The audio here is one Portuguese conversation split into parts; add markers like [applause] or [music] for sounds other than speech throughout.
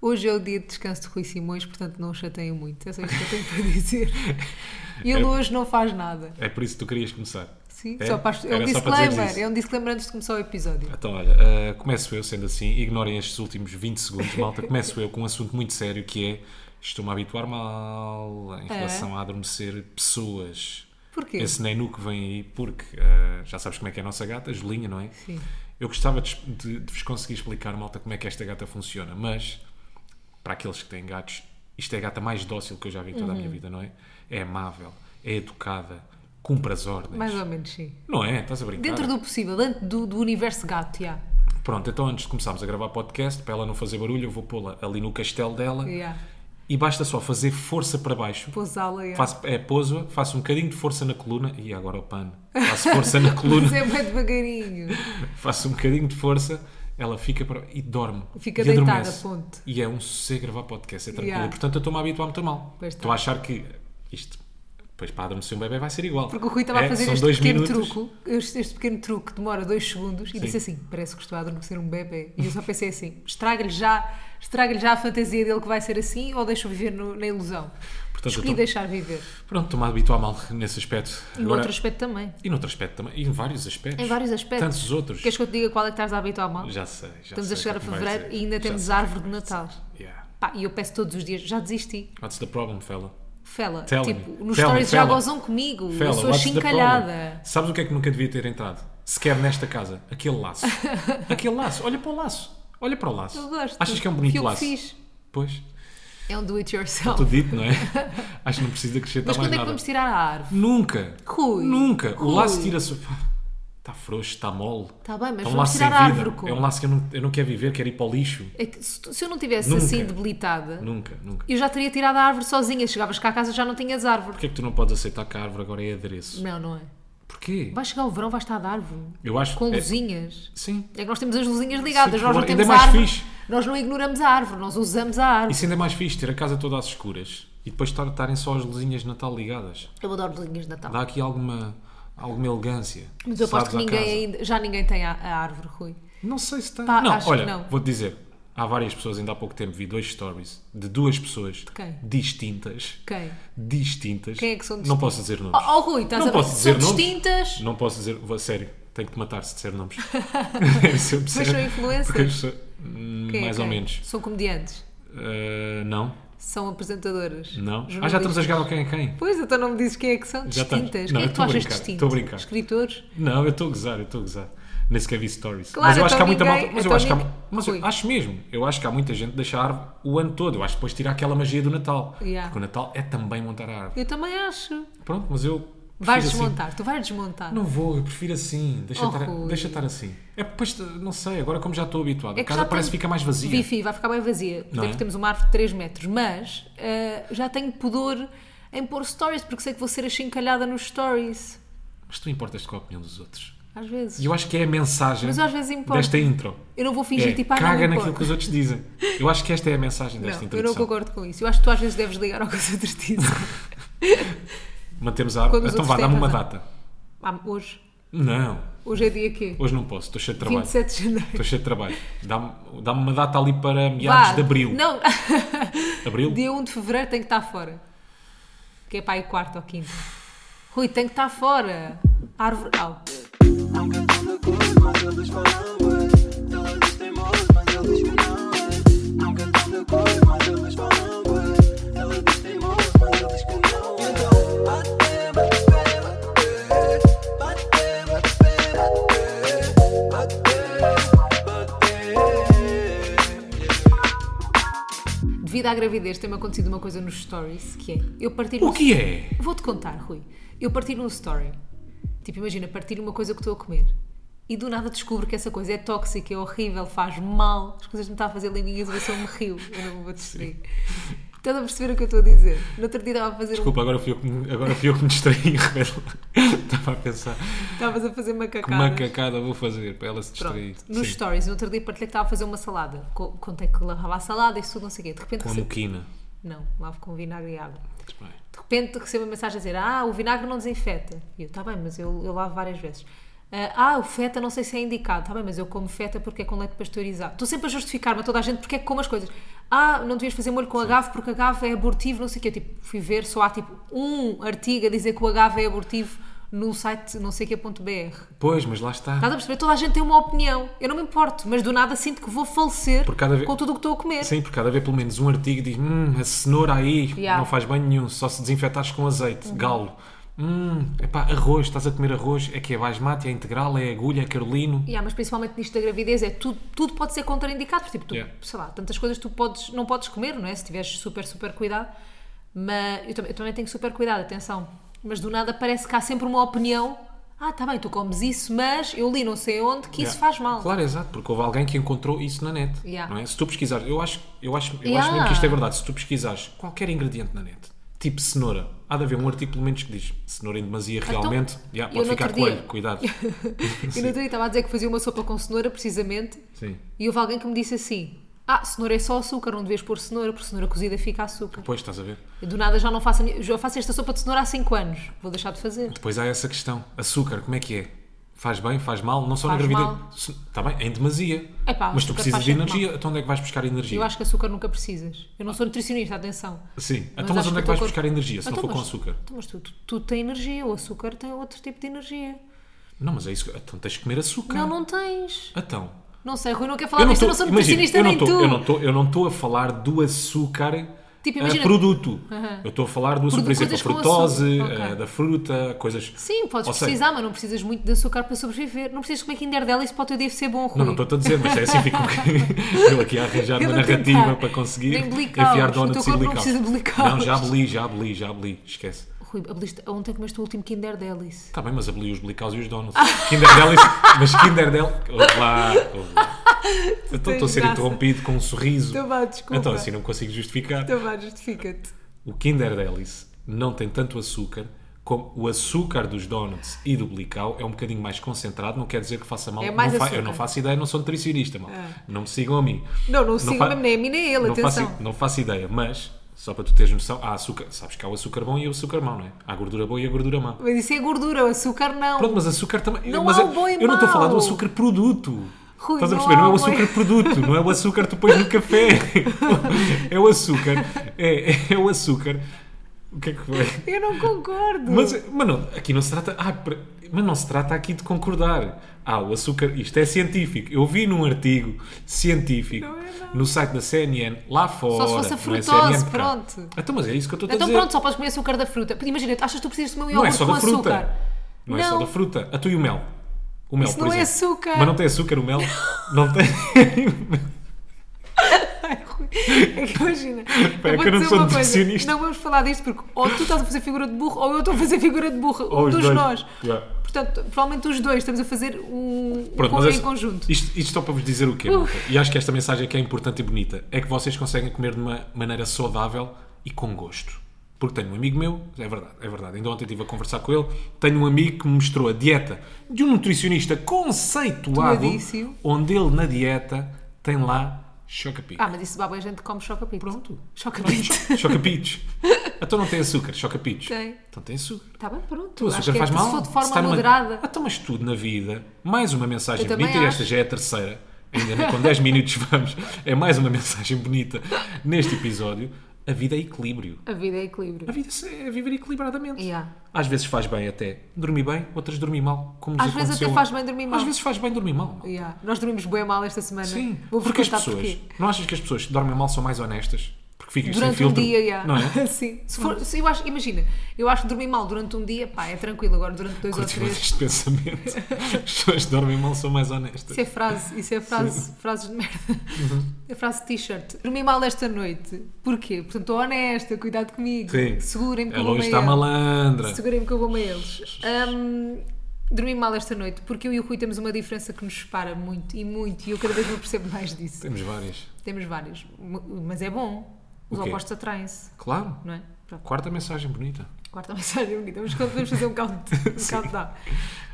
Hoje é o dia de descanso de Rui Simões, portanto não o chateiem muito. É só isto que eu tenho para dizer. Ele hoje não faz nada. É por isso que tu querias começar. Sim, É? só para as- é um Era só para dizeres disclaimer. isso. É um disclaimer antes de começar o episódio. Então, olha, ah, começo eu sendo assim, ignorem estes últimos 20 segundos, malta. Começo eu com um assunto muito sério que é: estou-me a habituar mal em relação a adormecer pessoas. Porquê? Esse nenu que vem aí, porque ah, já sabes como é que é a nossa gata, a Julinha, não é? Sim. Eu gostava de, de- de vos conseguir explicar, malta, como é que esta gata funciona, mas para aqueles que têm gatos, isto é a gata mais dócil que eu já vi em toda a minha vida, não é? É amável, é educada, cumpre as ordens. Mais ou menos, sim. Não é? Estás a brincar? Dentro do possível, dentro do, do universo gato, já. Pronto, então antes de começarmos a gravar podcast, para ela não fazer barulho, eu vou pô-la ali no castelo dela Yeah. e basta só fazer força para baixo. Pousá-la, já. Faço, é, pouso-a, faço um bocadinho de força na coluna e agora o pano. Faço força na [laughs] Mas coluna, é bem devagarinho. faço um bocadinho de força, ela fica para, e dorme. Fica e deitada, adormece. ponto. E é um sossego gravar podcast, é tranquilo. Yeah. E, Portanto, eu estou-me a habituar muito mal. Pois tá. estou a achar que isto, depois para adormecer um bebê vai ser igual. Porque o Rui estava É, a fazer são este dois pequeno minutos. truco, este, este pequeno truque que demora dois segundos, e disse assim: parece que estou a adormecer um bebê. E eu só pensei assim: estraga-lhe já, estraga já a fantasia dele que vai ser assim ou deixo viver no- na ilusão? Portanto, eu Escolhi estou- deixar viver. Pronto, estou-me a habituar mal nesse aspecto. E no Agora- outro aspecto também. E noutro aspecto também. E em vários aspectos. Em vários aspectos. Tantos outros. Queres que eu te diga qual é que estás a habituar mal? Já sei. Já Estamos sei a chegar a o que é que vais fevereiro dizer. e ainda Já temos sei. é a árvore de Natal. Yeah. Pá, e eu peço todos os dias: já desisti. What's the problem, fella? Fela, Tell me. tipo, nos Tell me, stories já fela. gozam comigo. Fella, eu sou what's the chincalhada. problem? Sabes o que é que nunca devia ter entrado? Sequer nesta casa. [laughs] Aquele laço. Aquele laço. Olha para o laço. Olha para o laço. Eu gosto. Achas que é um bonito Fio laço? fixe. Pois. É um do it yourself. Tudo dito, Então, não é? [laughs] Acho que não precisa acrescentar Mas mais quando é que nada. vamos tirar a árvore? Nunca. Rui. Nunca. O Rui. laço tira-se. Pá, Está frouxo, está mole. Está Tá bem, mas É um vamos laço tirar sem a vida. árvore. com- É um laço que eu não, eu não quero viver, quero ir para o lixo. É que se, tu- se eu não tivesse Nunca. assim debilitada, Nunca, nunca. eu já teria tirado a árvore sozinha. Chegavas cá a casa já não tinhas árvore. Porquê é que tu não podes aceitar que a árvore agora é adereço? Não, não é? Porquê? Vai chegar o verão, vai estar de árvore. Eu acho Com é- luzinhas. Sim. É que nós temos as luzinhas ligadas, Sim, nós não claro. Ainda temos é a mais árvore. fixe. Nós não ignoramos a árvore, nós usamos a árvore. Isso ainda é mais fixe, ter a casa toda às escuras e depois estar- estarem só as luzinhas de Natal ligadas. Eu adoro luzinhas de Natal. Dá aqui alguma, alguma elegância. Mas eu aposto sabes, que à ninguém casa. ainda, já ninguém tem a, a árvore, Rui. Não sei se tem. Pá, não, acho que olha, não. vou-te dizer. Há várias pessoas, ainda há pouco tempo vi dois stories de duas pessoas quem? distintas. Quem? Distintas. Quem é que são Não distintas? posso dizer nomes. Oh, oh, Rui, estás Não a posso dizer São nomes. distintas. Não posso dizer, vou, a sério, tenho que te matar se [laughs] disser nomes. Deve ser são sério. influencers? Porque as pessoas- Hum, Quem é mais ou quem? menos. São comediantes. Uh, não, São apresentadoras. não. Ah, já jornalistas. estamos a jogar ao quem é quem? Pois, então não me dizes quem é que são Já estamos. distintas. Não, quem é eu que tu estou a achas brincar, distinto? estou a brincar. Escritores? Não, eu estou a gozar, eu estou a gozar. Nem sequer vi stories. Claro, mas eu acho que então há muita ninguém- malta. Mas eu então acho que há, ninguém- mas eu Rui. acho mesmo. Eu acho que há muita gente que deixa a árvore o ano todo. Eu acho que depois tirar aquela magia do Natal. Yeah. Porque o Natal é também montar a árvore. Eu também acho. Pronto, mas eu. prefiro Vais assim. desmontar, tu vais desmontar. Não vou, eu prefiro assim. Deixa, Oh, estar, Rui. deixa estar assim. É porque depois, não sei, agora como já estou habituado, É a que casa já tem- parece que fica mais vazia. Fifi, vai ficar bem vazia. Não Deve é? temos uma árvore de 3 metros, mas ah, já tenho pudor em pôr stories porque sei que vou ser achincalhada nos stories. Mas tu importas com a opinião dos outros. Às vezes. E eu acho que é a mensagem Mas às vezes importa. desta intro. Eu não vou fingir É, tipo, ah, caga não, naquilo que os outros dizem. Eu acho que esta é a mensagem Não, desta eu não introdução. concordo com isso. Eu acho que tu às vezes deves ligar ao que eu te dizem. [laughs] Mantemos a árvore. Quando os Então outros vá, têm dá-me uma razão. data. Ah, hoje. Não, Hoje é dia quê? hoje não posso, estou cheio de trabalho. 27 de janeiro. Estou cheio de trabalho. Dá-me dá-me uma data ali para meados Vá. de abril. Não. [laughs] Abril? Dia 1 de fevereiro tem que estar fora. Que é para aí quarta ou quinta. Rui, tem que estar fora. Árvore. Au. Nunca tanta coisa, mas eles falam ué. Ela diz teimoso, mas ele diz que não é. Nunca tanta coisa, mas eles falam ué. Ela diz teimoso, mas ele diz que não é. Então, bate, bate, bate, bate, bate, bate, bate, bate. Devido à gravidez, tem-me acontecido uma coisa nos stories que é. Eu partilho. O que é? Vou-te contar, Rui. Eu partilho um story. Tipo, imagina, partilho uma coisa que estou a comer. E do nada descubro que essa coisa é tóxica, é horrível, faz mal. As coisas me estão a fazer linguinhas e eu só me rio. Eu não me vou distrair. Estás a perceber o que eu estou a dizer? No outro dia estava a fazer um... Desculpa, agora fui eu que me, agora fui eu que me distraí, [laughs] revela. Estava a pensar Estavas a fazer que macacadas. macacada vou fazer para ela se Pronto, distrair. nos Sim, stories, no outro dia partilhei que estava a fazer uma salada. Co- Contei que lavava a salada, isso tudo, não sei o quê. De repente com a recebo... moquina. Não, lavo com vinagre e água. Muito bem. De repente recebo uma mensagem a dizer: Ah, o vinagre não desinfeta. E eu, está bem, mas eu, eu lavo várias vezes. "Ah, ah, o feta "Tá não sei se é indicado. Está bem, mas eu como feta porque é com leite pasteurizado. Estou sempre a justificar-me a toda a gente porque é que como as coisas. ah, não devias fazer molho com agave porque agave é abortivo, não sei o quê. Eu, tipo, fui ver, só há tipo um artigo a dizer que o agave é abortivo num site não sei que ponto .br. Pois, mas lá está. Estás a perceber? Toda a gente tem uma opinião. Eu não me importo, mas do nada sinto que vou falecer Por cada vez- com tudo o que estou a comer. Sim, porque há de haver pelo menos um artigo que diz hum, a cenoura aí Yeah. Uhum. não faz bem nenhum, só se desinfetares com azeite, galo. Hum, epá, arroz, estás a comer arroz, é que é basmati, é integral, é agulha, é carolino. Yeah, mas principalmente nisto da gravidez é tudo, tudo pode ser contraindicado. Tipo, tu, Yeah. sei lá, tantas coisas tu podes, não podes comer, não é? Se tiveres super, super cuidado. Mas eu também, eu também tenho super cuidado, atenção. Mas do nada parece que há sempre uma opinião. Ah, tá bem, tu comes isso, mas eu li não sei onde que isso Yeah. faz mal. Claro, exato, porque houve alguém que encontrou isso na net. Yeah. Não é? Se tu pesquisares, eu acho, eu, acho, eu Yeah. acho mesmo que isto é verdade, se tu pesquisares qualquer ingrediente na net, tipo cenoura, há de haver um artigo pelo menos que diz cenoura em demasia realmente, yeah, Então, eu no pode ficar outro dia- coelho, cuidado. [laughs] [laughs] Eu no outro dia estava a dizer que fazia uma sopa com cenoura, precisamente, Sim. e houve alguém que me disse assim: Ah, cenoura é só açúcar, não devias pôr cenoura, porque cenoura cozida fica açúcar. Pois, estás a ver? Eu do nada já não faço, a minha- já faço esta sopa de cenoura há 5 anos, vou deixar de fazer. Depois há essa questão. Açúcar, como é que é? Faz bem, faz mal, não só na Faz mal. gravidez. Está bem, é em demasia. Epá, Mas tu açúcar precisas faz de sempre energia, então onde é que vais buscar energia? Eu acho que açúcar nunca precisas. Eu não sou nutricionista, atenção. Sim, Mas então mas acho onde é que que o vais teu buscar energia se não Então, for com mas- açúcar? Então, mas tu, tu, tu tem energia, o açúcar tem outro tipo de energia. Não, mas é isso. que- Então tens que comer açúcar. Não, não tens. Então. Não sei, Rui, não quer Eu falar não disto, eu estou não sou imagina, nutricionista eu não nem tu. estou- eu não estou- eu não estou a falar do açúcar Tipo, eh, imagina- produto. Aham. Eu estou a falar do açúcar, por Produ- exemplo, coisas a com açúcar. frutose, Ok. eh, da fruta, coisas. Sim, podes Ou seja, precisar, mas não precisas muito de açúcar para sobreviver. Não precisas comer Kinder dela, isso para o teu dia ser bom, Rui. Não, não estou a dizer, mas é assim [laughs] fico [laughs] eu aqui a arranjar Eu uma não narrativa tentar. para conseguir Nem blicaus. enfiar O teu donuts e corpo não blicaus. precisa de blicaus. Não, já aboli, já aboli, já aboli, esquece. Rui, aboliste- ontem comeste o último Kinder Delice. Está bem, mas aboli os blicaus e [laughs] os donuts. Kinder Delis, mas Kinder Delis... Ouve lá, ouve [laughs] lá. Eu Estou estou a ser graça. interrompido com um sorriso. Então vá, desculpa. Então assim não consigo justificar. Então vá, justifica-te. O Kinder Delis não tem tanto açúcar como o açúcar dos donuts e do blicau é um bocadinho mais concentrado, não quer dizer que faça mal. É mais não fa- açúcar. É. Eu não faço ideia, não sou nutricionista, mal. Não me sigam a mim. Não, não sigam fa- mesmo nem a mim nem a ele, não atenção. Faço, não faço ideia, mas só para tu teres noção, há açúcar, sabes que há o açúcar bom e o açúcar mau, não é? Há a gordura boa e a gordura má. Mas isso é gordura, o açúcar não. Pronto, mas açúcar também. Não mas há é- o bom e Eu não estou a falar do mau. açúcar produto. Rui, Estás a não perceber? Não, há é o o bom e- açúcar produto, não é o açúcar que tu pões no café. [laughs] é o açúcar. É, é- é o açúcar. O que é que foi? Eu não concordo. Mas, mas não, aqui não se trata. Ah, pre- mas não se trata aqui de concordar. Ah, o açúcar. Isto é científico. Eu vi num artigo científico no site da CNN lá fora. é Só se fosse a não é frutose, CNN, cá. pronto. Então, mas é isso que eu estou a Então dizer. pronto, só podes comer açúcar da fruta. Imagina, achas que tu precisas comer um Não iogurte é só com da fruta. açúcar? [laughs] Não, é só Não. da fruta. A tu e o mel. O mel, Isso por não é exemplo. açúcar. Mas não tem açúcar o mel? [laughs] [laughs] Não tem. Ai, Rui, é que imagina. [laughs] Pá, é vou que eu não dizer sou uma coisa, nutricionista. Não vamos falar disto porque ou tu estás a fazer figura de burro ou eu estou a fazer figura de burro. Ou os dos dois. nós. Yeah. Portanto, provavelmente os dois estamos a fazer um, Pronto, um mas em é- conjunto. Uh. Isto, isto só para vos dizer o quê? malta? E acho que esta mensagem aqui é importante e bonita. É que vocês conseguem comer de uma maneira saudável e com gosto. Porque tenho um amigo meu, é verdade, é verdade. Ainda ontem estive a conversar com ele. Tenho um amigo que me mostrou a dieta de um nutricionista conceituado, Doadíssimo. onde ele na dieta tem lá choca-pico. Ah, mas isso baba a gente que come choca-pito. Pronto. Choca-pito. [laughs] [laughs] Choca-pitos. então não tem açúcar, choca-pitos. Tem. Então tem açúcar. Está bem, pronto. O Acho açúcar que é Então, faz que mal. Se for de está forma numa- moderada. Ah, então, mas tudo na vida. Mais uma mensagem Eu também bonita. E esta acho. já é a terceira. Ainda nem com 10 minutos vamos. É mais uma [laughs] mensagem bonita neste episódio. A vida é equilíbrio. A vida é A equilíbrio. vida é viver equilibradamente. Yeah. Às vezes faz bem até dormir bem, outras dormir mal. Como nos Às vezes até aconteceu. faz bem dormir mal. um Às vezes faz bem dormir mal. Yeah. Nós dormimos bem mal esta semana. Sim, Vou porque as contar pessoas. porquê. Não achas que as pessoas que dormem mal são mais honestas? Porque ficam sem durante um filtro. dia, já. Não [laughs] é? Sim. Se for, se eu acho, imagina, eu acho que dormir mal durante um dia, pá, é tranquilo. Agora, durante dois ou Curti muito três. este pensamento. [laughs] As pessoas que dormem mal são mais honestas. Isso é frase, isso é frase, frases de merda. Uhum. É frase de t-shirt. Dormi mal esta noite. Porquê? Portanto, estou honesta, cuidado comigo. Sim. É Segurem-me que A eu vou Lois meio. está malandra. Segurem-me que eu vou a eles. Hum, dormi mal esta noite porque eu e o Rui temos uma diferença que nos separa muito e muito e eu cada vez me percebo mais disso. Temos várias. Temos vários, mas é bom. Os O quê? opostos atraem-se, Claro. não é? Pronto. Quarta mensagem bonita. Quarta mensagem bonita, mas quando podemos fazer um count, um countdown.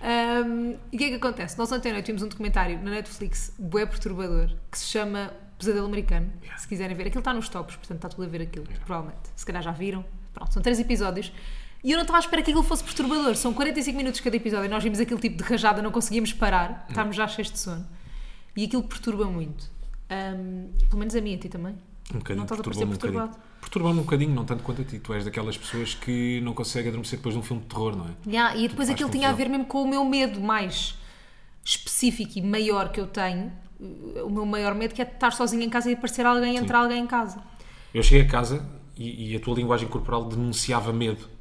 Um, e o que é que acontece? Nós ontem à noite vimos um documentário na Netflix, bué perturbador, que se chama Pesadelo Americano, se quiserem ver. Aquilo está nos tops, portanto está tudo a ver aquilo, provavelmente. Se calhar já viram. Pronto, são três episódios. E eu não estava à espera que aquilo fosse perturbador. São 45 minutos cada episódio. Nós vimos aquele tipo de rajada, não conseguíamos parar. Estávamos já cheios de sono. E aquilo perturba muito. Um, pelo menos a mim, a ti também. Um bocadinho Não estás a perturba-me um parecer bocadinho. Perturba-me um bocadinho, não tanto quanto a ti. Tu és daquelas pessoas que não conseguem adormecer depois de um filme de terror, não é? Yeah, e depois faz aquilo tinha a confusão. ver mesmo com o meu medo mais específico e maior que eu tenho. O meu maior medo que é estar sozinha em casa e aparecer alguém, entrar alguém em casa. Eu cheguei a casa e, e a tua linguagem corporal denunciava medo.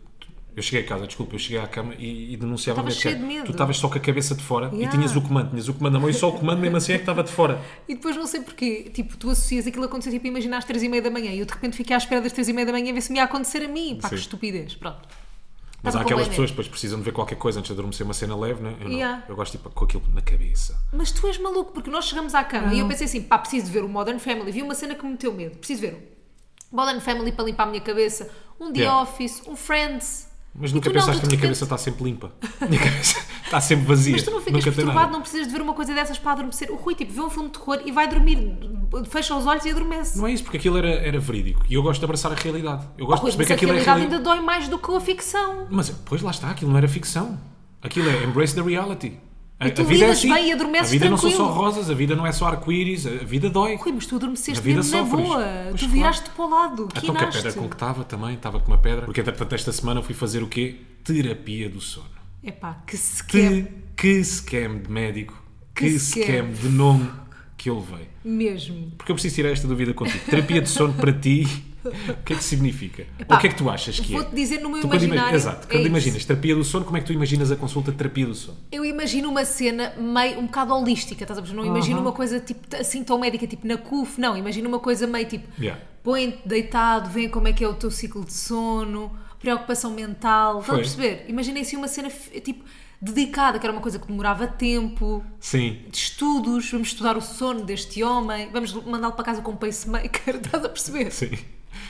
Eu cheguei a casa, desculpa, eu cheguei à cama e, e denunciava Estavas medo. cheio que de é, medo. Tu estavas só com a cabeça de fora Yeah. e tinhas o comando, tinhas o comando na mão e só o comando mesmo assim é que estava de fora. E depois não sei porquê, tipo, tu associas aquilo a acontecer, tipo, imagina às três e meia da manhã e eu de repente fiquei à espera das três e meia da manhã a ver se me ia acontecer a mim. Pá, que Sim. estupidez. Pronto. Mas Estava há com aquelas bem pessoas que depois precisam de ver qualquer coisa antes de adormecer uma cena leve, né? Eu, não. Yeah. eu gosto tipo, com aquilo na cabeça. Mas tu és maluco, porque nós chegamos à cama e eu pensei assim: pá, preciso de ver o Modern Family. Vi uma cena que me meteu medo. Preciso ver o Modern Family para limpar a minha cabeça, um The Yeah. Office, um Friends. Mas E nunca tu não, tu pensaste que a de minha repente- cabeça está sempre limpa. [laughs] A minha cabeça está sempre vazia. Mas tu não ficas nunca tem nada. perturbado, não precisas de ver uma coisa dessas para adormecer. O Rui, tipo, vê um filme de terror e vai dormir, fecha os olhos e adormece. Não é isso, porque aquilo era, era verídico. E eu gosto de abraçar a realidade. Eu Oh, gosto Rui, de mas perceber que a aquilo é realidade reali- ainda dói mais do que a ficção. Mas, pois lá está, aquilo não era ficção. Aquilo é embrace the reality. A, tu a vida é lidas assim. bem e adormeces A vida não são só tranquilo. rosas, a vida não é só arco-íris, a a vida dói. Rui, mas tu adormeceste Na vida mesmo na sofres. boa. Pois tu claro. viraste para o lado, Então que a quinaste. pedra com que estava também, estava com uma pedra. Porque entretanto esta semana fui fazer o quê? Terapia do sono. Epá, que se Que, que scam de médico, que, Que scam. scam. de nome que eu levei. mesmo. Porque eu preciso tirar esta dúvida contigo. Terapia de sono para ti, o que é que significa? Ou o que é que tu achas que é? Vou-te dizer no meu Tu quando ima- imaginário. Exato, é quando isso. imaginas terapia do sono, como é que tu imaginas a consulta de terapia do sono? Eu imagino uma cena meio um bocado holística, estás a perceber? Não imagino uma coisa tipo t- assim tão médica, tipo na CUF, não, imagino uma coisa meio tipo Yeah. põe-te deitado, vê como é que é o teu ciclo de sono, preocupação mental, estás a Foi. perceber? Imaginei assim uma cena f- tipo dedicada, que era uma coisa que demorava tempo, Sim. de estudos, vamos estudar o sono deste homem, vamos mandá-lo para casa com um pacemaker, [laughs] estás a perceber? Sim.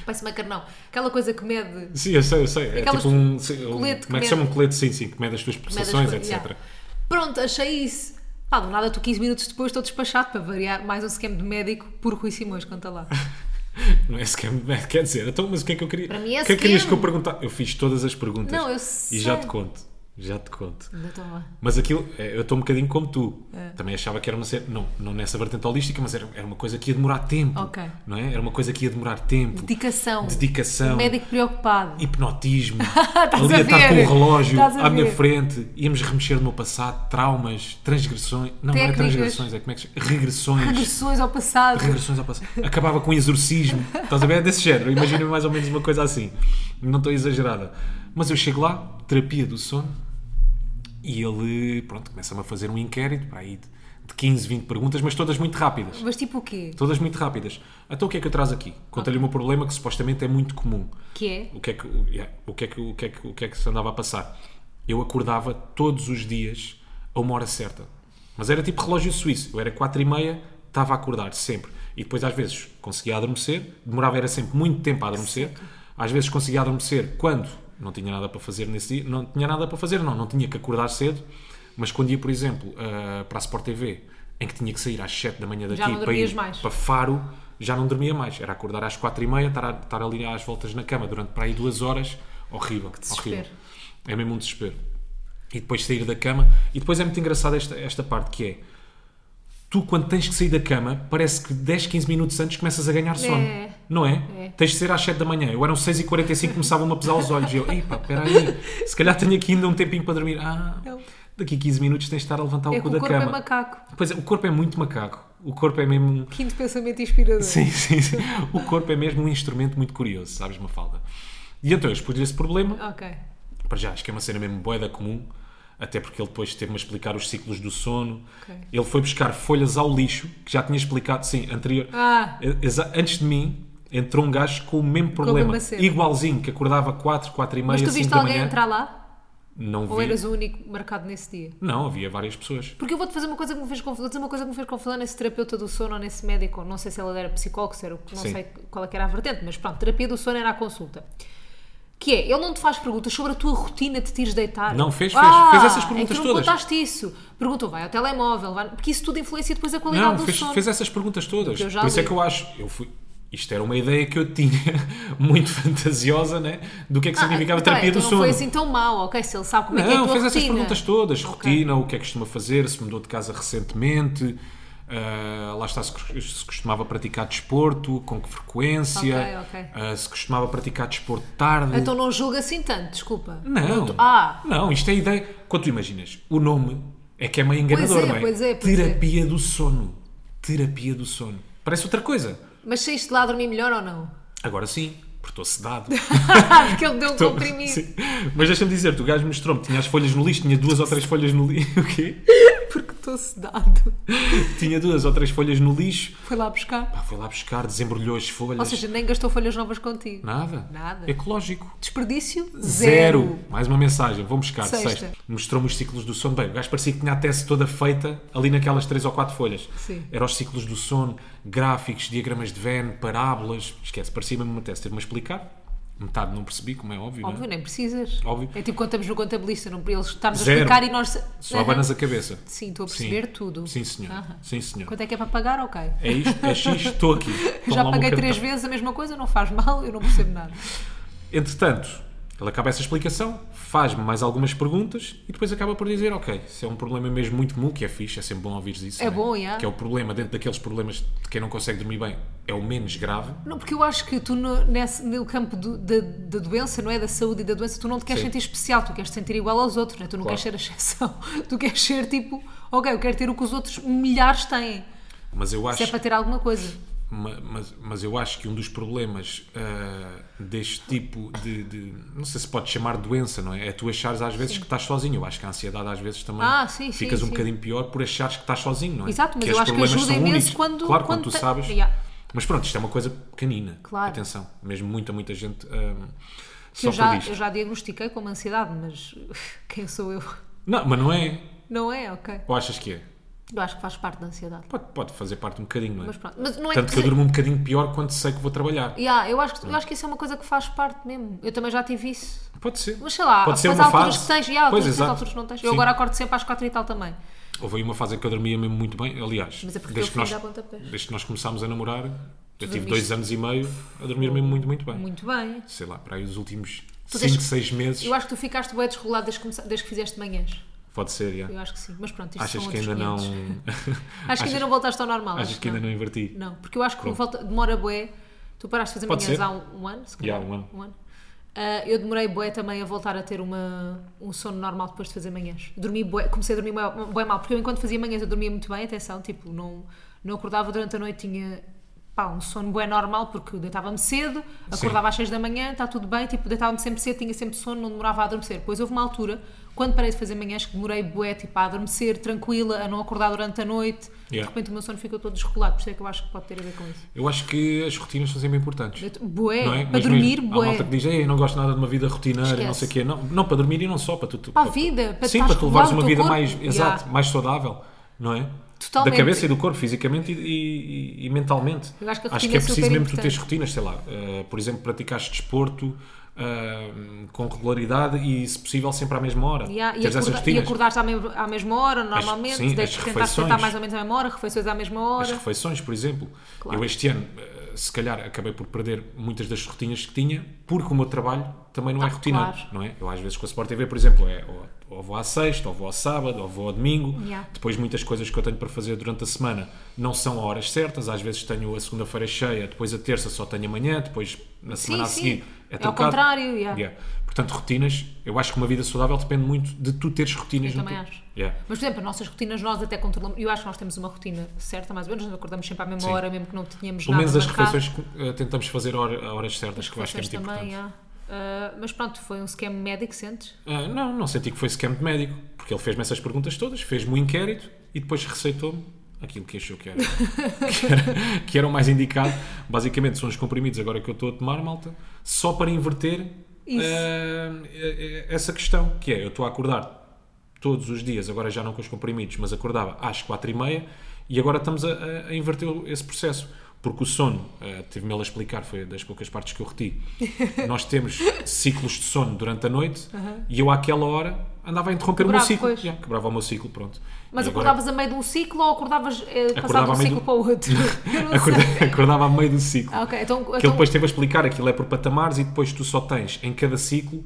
Pacemaker não, aquela coisa que mede Sim, eu sei, eu sei. É Aquelas tipo um. sim, colete um- que como é que mede- se chama um colete? Sim, sim, que mede as tuas pulsações, Medas- etc. yeah. Pronto, achei isso. Pá, do nada, tu 15 minutos depois estou despachado para variar mais um esquema de médico por Rui Simões, conta [laughs] lá. Não é scam, mas quer dizer, então, mas o que é que eu queria. Para mim é o que é que querias que eu scam. perguntasse? Eu fiz todas as perguntas. Não, eu E já sei. te conto. Já te conto. Ainda estou lá. Mas aquilo, é, eu estou um bocadinho como tu. É. Também achava que era uma cena, não, não nessa vertente holística, mas era, era uma coisa que ia demorar tempo. Ok. Não é? Era uma coisa que ia demorar tempo. Dedicação. Dedicação. Um médico preocupado. [laughs] hipnotismo, Estás ali a a estar com ver? o relógio Estás a à minha ver? frente, íamos remexer no meu passado, traumas, transgressões, não, não é Técnicas. transgressões, é como é que se chama? Regressões. Regressões ao passado. Regressões ao passado. Acabava com um exorcismo, estás a ver? É desse género, imagina mais ou menos uma coisa assim. Não estou exagerada. Mas eu chego lá, terapia do sono, e ele, pronto, começa-me a fazer um inquérito, para aí de- de 15, 20 perguntas, mas todas muito rápidas. Mas tipo o quê? Todas muito rápidas. Então o que é que eu trago aqui? Conta-lhe o meu problema que supostamente é muito comum. Que é? O que é que, o, yeah, o que, é que, o, que, é que, o que é que se andava a passar? Eu acordava todos os dias a uma hora certa. Mas era tipo relógio suíço. Eu era 4 e meia, estava a acordar sempre. E depois às vezes conseguia adormecer. Demorava, era sempre muito tempo a adormecer. Às vezes conseguia adormecer quando não tinha nada para fazer nesse dia. Não tinha nada para fazer, não. Não tinha que acordar cedo. Mas quando ia, por exemplo, ah, para a Sport TV, em que tinha que sair às 7 da manhã daqui Já não para dormias ir mais. para Faro, já não dormia mais. Era acordar às quatro e meia, estar, a- estar ali às voltas na cama durante para aí duas horas. Horrível, desespero. horrível. É mesmo um desespero. E depois sair da cama. E depois é muito engraçada esta, esta parte que é... Tu, quando tens que sair da cama, parece que 10, 15 minutos antes começas a ganhar sono. É. Não é? É. Tens de ser às 7 da manhã. Eu eram 6 e 45 começavam-me a pesar os olhos. E eu, epá, espera aí. Se calhar tenho aqui ainda um tempinho para dormir. Ah, Não. daqui 15 minutos tens de estar a levantar É o que cu o da corpo cama. é macaco. Pois é, o corpo é muito macaco. O corpo é mesmo... um- Quinto pensamento inspirador. Sim, [laughs] sim, sim. O corpo é mesmo um instrumento muito curioso, sabes, Mafalda? E então eu expus-lhe esse problema. Ok. Para já, acho que é uma cena mesmo boeda comum, até porque ele depois teve-me a explicar os ciclos do sono. Ok. Ele foi buscar folhas ao lixo, que já tinha explicado, sim, anterior. Eh, Ah. Exa- Antes de mim, entrou um gajo com o mesmo problema. mesma cena. igualzinho, que acordava 4, 4 e meia, Mas tu 5 viste da alguém manhã. entrar assim? lá? Não Ou vi. eras o único marcado nesse dia? Não, havia várias pessoas. Porque eu vou-te fazer uma coisa que me fez confusão. Vou dizer uma coisa que me fez confusão nesse terapeuta do sono ou nesse médico. Não sei se ele era psicólogo, se era, o- não Sim. sei qual é que era a vertente, mas pronto, terapia do sono era a consulta. Que é, ele não te faz perguntas sobre a tua rotina de te ires deitar. Não, fez, fez. Fez essas perguntas é que tu todas. Não contaste isso. Perguntou, vai ao telemóvel, vai... porque isso tudo influencia depois a qualidade Não, do fez, sono. fez essas perguntas todas. Que eu já Por isso é li. que eu acho. Eu fui, isto era uma ideia que eu tinha [laughs] muito fantasiosa, né? Do que é que Ah, significava tá bem, terapia do então sono. Não foi assim tão mal, ok? Se ele sabe como é que é a Não, tua fez essas rotina. perguntas todas. Ok. Rotina, o que é que costuma fazer, se mudou de casa recentemente, ah, lá está, se cos- se costumava praticar desporto, com que frequência, Ok, ok. ah, se costumava praticar desporto tarde. Então não julga assim tanto, desculpa. Não. tu- Ah. Não, isto é a ideia. Quando tu imaginas, o nome é que é meio enganador, Pois é, não é? pois é, pois é. Terapia do sono. Terapia do sono. Parece outra coisa. Mas saíste de lá a dormir melhor ou não? [laughs] Agora sim, porque estou sedado. Porque ele me deu um Estou- comprimido. Sim. Mas deixa-me dizer, o gajo mostrou-me, tinha as folhas no lixo, tinha duas ou três folhas no lixo. [laughs] O quê? Porque estou sedado. Tinha duas ou três folhas no lixo. Foi lá buscar. Pá, foi lá buscar, desembrulhou as folhas. Ou seja, nem gastou folhas novas contigo. nada. Nada. Ecológico. Desperdício? Zero. Mais uma mensagem, vou buscar. Sexta. Sexta. Mostrou-me os ciclos do sono. Bem, o gajo parecia que tinha a tese toda feita ali naquelas três ou quatro folhas. Sim. Eram os ciclos do sono, gráficos, diagramas de Venn, parábolas. Esquece, parecia mesmo uma tese. Teve-me a explicar. Metade não percebi, como é óbvio. não é? Óbvio, nem precisas. Óbvio. É tipo quando estamos no contabilista, não, eles estamos a Zero. explicar e nós. Só Aham. abanas a cabeça. Sim, estou a perceber tudo. Sim, senhor. Aham. Sim, senhor. Quanto é que é para pagar? Ok. É isto, é X, estou aqui. Toma [laughs] um Já lá o meu paguei cartão. três vezes a mesma coisa, não faz mal, eu não percebo nada. Entretanto, ele acaba essa explicação, faz-me mais algumas perguntas e depois acaba por dizer: Ok, isso é um problema mesmo muito comum, que é fixe, é sempre bom ouvires isso. É não bom, já. Que é o problema, dentro daqueles problemas de quem não consegue dormir bem, é o menos grave. Não, porque eu acho que tu no, nesse, no campo do- da, da doença, não é? Da saúde e da doença, tu não te queres Sim. sentir especial, tu queres te sentir igual aos outros, não é? tu não Claro. queres ser a exceção, [laughs] tu queres ser tipo, ok, eu quero ter o que os outros milhares têm, Mas eu acho, se é para ter alguma coisa. ma- mas, mas eu acho que um dos problemas ah, deste tipo de, de- Não sei se pode chamar doença, não é? É tu achares às vezes que estás sozinho. Eu acho que a ansiedade às vezes também Ah, sim, sim, ficas um sim. bocadinho pior por achares que estás sozinho, não é? Exato, mas que eu os acho que problemas ajuda são imenso únicos. quando- Claro, quando quando, tu te- sabes. Yeah. Mas pronto, isto é uma coisa pequenina. Claro. Atenção, mesmo muita, muita gente hum, Que eu sofre já, disto. eu já diagnostiquei como ansiedade, mas [laughs] quem sou eu? Não, mas não é. Não é? Ok. Ou achas que é? Eu acho que faz parte da ansiedade. Pode, pode fazer parte um bocadinho, não é? Mas pronto. Mas não é Tanto que que- eu durmo um bocadinho pior quando sei que vou trabalhar. Yeah, eu, acho que, eu acho que isso é uma coisa que faz parte mesmo. Eu também já tive isso. Pode ser. Mas sei lá, pode ser depois uma há alturas fase. que tens, yeah, há alturas Pois, que tens, há exato. alturas que não tens. Eu Sim. agora acordo sempre às quatro e tal também. Houve aí uma fase em que eu dormia mesmo muito bem, aliás. Mas é porque desde eu que nós, fiz à pontapés. Desde que nós começámos a namorar, eu tive dormiste. dois anos e meio a dormir mesmo muito, muito bem. Muito bem. Sei lá, para aí os últimos tens- 5, 6 meses. Eu acho que tu ficaste bem desregulado desde que, começa- desde que fizeste manhãs. Pode ser, já. Eu acho que sim. Mas pronto, isto Achas são que outros ainda não. 500. [laughs] Acho que ainda não voltaste ao normal. Achas que ainda não inverti? Não, porque eu acho que Pronto. volta, demora bué. Tu paraste de fazer Pode manhãs ser. há um, um ano, se calhar. Yeah, um ano. Ah, eu demorei bué também a voltar a ter uma, um sono normal depois de fazer manhãs. Dormi bué, comecei a dormir bué, bué mal, porque eu enquanto fazia manhãs eu dormia muito bem, atenção, tipo, não, não acordava durante a noite, tinha pá, um sono bué normal, porque deitava-me cedo, acordava às 6 da manhã, está tudo bem, tipo, deitava-me sempre cedo, tinha sempre sono, não demorava a adormecer. Depois houve uma altura, quando parei de fazer manhãs, que demorei bué, tipo, a adormecer, tranquila, a não acordar durante a noite, de Yeah. repente o meu sono ficou todo desregulado, por isso é que eu acho que pode ter a ver com isso. Eu acho que as rotinas são sempre importantes. Eu te- Bué, não é? para Mas dormir, mesmo, Há bué. malta que diz, "Ei, eu não gosto nada de uma vida rotineira, Esquece. não sei o quê. Não, não, para dormir e não só, para tu... tu- Para a vida, para Sim, tu para tu regular levares o uma teu vida corpo. mais, Yeah. exato, mais saudável, não é? Totalmente. Da cabeça e do corpo, fisicamente e, e- e mentalmente. Eu acho que a que rotina é é preciso super mesmo tu teres importante. rotinas, sei lá. eh, por exemplo, praticares desporto ah, com regularidade e, se possível, sempre à mesma hora. Yeah, e, Teres essas acorda, e rotinas. acordares à, me- à mesma hora, normalmente, sim, deixas as tentar refeições. sentar mais ou menos à mesma hora, refeições à mesma As hora. refeições, por exemplo. Claro. Eu este ano, eh, se calhar, acabei por perder muitas das rotinas que tinha, porque o meu trabalho também não é rotinário, Ah, claro. não é? Eu às vezes com a Sport TV, por exemplo, é ou, ou vou à sexta, ou vou ao sábado, ou vou ao domingo. Yeah. Depois muitas coisas que eu tenho para fazer durante a semana não são a horas certas, às vezes tenho a segunda-feira cheia, depois a terça só tenho amanhã, depois na semana sim. a seguir É ao trocado. contrário, yeah. Portanto, rotinas, eu acho que uma vida saudável depende muito de tu teres rotinas. Eu no também teu- acho. Yeah. Mas, por exemplo, as nossas rotinas nós até controlamos. Eu acho que nós temos uma rotina certa, mais ou menos, nós acordamos sempre à mesma Sim. hora, mesmo que não tínhamos Pelo nada. menos as marcado. refeições eh, tentamos fazer a hora- a horas certas, As que eu acho que é refeições muito também, importante. ah. Ah, mas pronto, foi um esquema médico, sentes? Ah, não, não senti que foi scam de médico, porque ele fez-me essas perguntas todas, fez-me um inquérito e depois receitou-me aquilo que achou que era, que era, que era o mais indicado. Basicamente, são os comprimidos agora que eu estou a tomar, malta, só para inverter Isso. ah, eh, eh, essa questão, que é, eu estou a acordar todos os dias, agora já não com os comprimidos, mas acordava às quatro e meia e agora estamos a, a- a inverter esse processo. Porque o sono, eh, teve-me ele a explicar, foi das poucas partes que eu reti. [laughs] Nós temos ciclos de sono durante a noite e eu àquela hora andava a interromper o Quebrava, meu ciclo. pois. Yeah, quebrava o meu ciclo, pronto. Mas E agora- acordavas a meio de um ciclo ou acordavas eh, passado de Acordava um a meio ciclo do- para o outro? [laughs] Eu não sei. Acorda- acordava a meio do ciclo. Ah, ok, então, Que ele então depois esteve a explicar, aquilo é por patamares e depois tu só tens em cada ciclo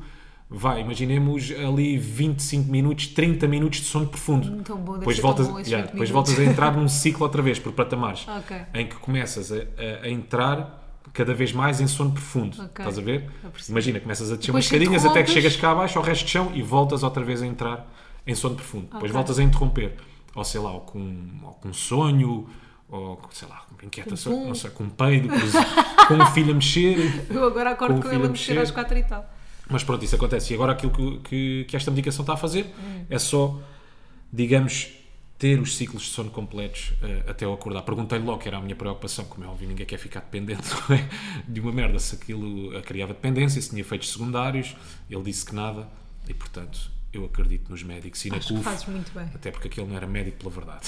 Vai, imaginemos ali 25 minutos, 30 minutos de sono profundo. Hum, tão bom, deve depois ser voltas, tão bom esses yeah, 20 depois minutos. voltas a [laughs] entrar num ciclo outra vez, por patamares, Ok. em que começas a, a- a entrar cada vez mais em sono profundo. Ok. Estás a ver? Eu percebi. Imagina, começas a descer Depois umas escadinhas até que interrompes. chegas cá abaixo ao resto de chão e voltas outra vez a entrar em sono profundo. Depois voltas a interromper. Ou sei lá, ou com, ou com sonho, ou com, sei lá, com inquietação, pum. não sei, com um peido, por exemplo, [laughs] com um filho a mexer. Eu agora acordo Com o com filho ele a a mexer mexer. às 4 e tal. Mas pronto, isso acontece. E agora aquilo que, que- que esta medicação está a fazer é só, digamos, ter os ciclos de sono completos eh, até eu acordar. Perguntei-lhe logo, que era a minha preocupação, como é óbvio, ninguém quer ficar dependente [laughs] não é? de uma merda, se aquilo a criava dependência, se tinha efeitos secundários. Ele disse que nada. E portanto, eu acredito nos médicos e na Acho que CUF, fazes muito [laughs] bem. até porque aquele não era médico pela verdade.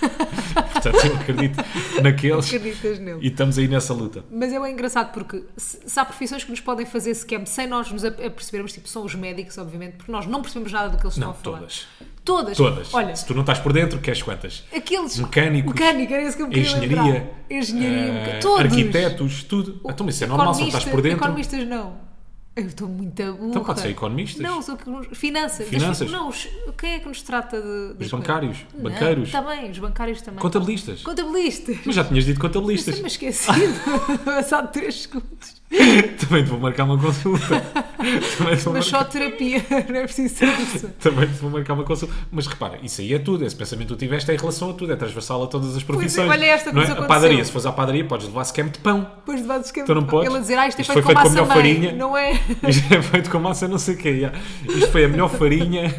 [laughs] portanto, eu acredito naqueles Acreditas nele. e estamos aí nessa luta. Mas é bem engraçado porque se, se há profissões que nos podem fazer scam sem nós nos ap- apercebermos, tipo, são os médicos, obviamente, porque nós não percebemos nada do que eles estão Não, a falar. todas. Todas. Todas. Olha, Se tu não estás por dentro, queres quantas? aqueles. Mecânicos. Mecânico, era isso que eu me queria engenharia, lembrar. Engenharia, eh, meca- todos. arquitetos, tudo. então, mas isso é normal, se não estás Economista- por dentro. Economistas não. Eu estou muito burra. Então pode ser economistas. Não, são que nos- finanças. Finanças. Não, os- quem é que tá nos trata de. Os bancários, banqueiros, Está bem, os bancários também. contabilistas. Contabilistas. Mas já tinhas dito Sim, contabilistas. mas esquecido. [laughs] Passado 3 segundos. [laughs] Também te vou marcar uma [laughs] consulta. Também te vou Mas marcar... só terapia, [laughs] não é preciso ser isso. Também te vou marcar uma consulta. Mas repara, isso aí é tudo. Esse pensamento que tu tiveste é em relação a tudo. É transversal a todas as profissões. olha esta que não é? nos A aconteceu. padaria, se fores à padaria, podes levar scam [laughs] de pão. Depois de vasos Tu não podes? Ele a dizer, ah, isto, Isto é feito foi com feito massa com a melhor mãe, farinha. não é? [laughs] Isto é feito com massa não sei o quê. yeah. Isto foi a melhor farinha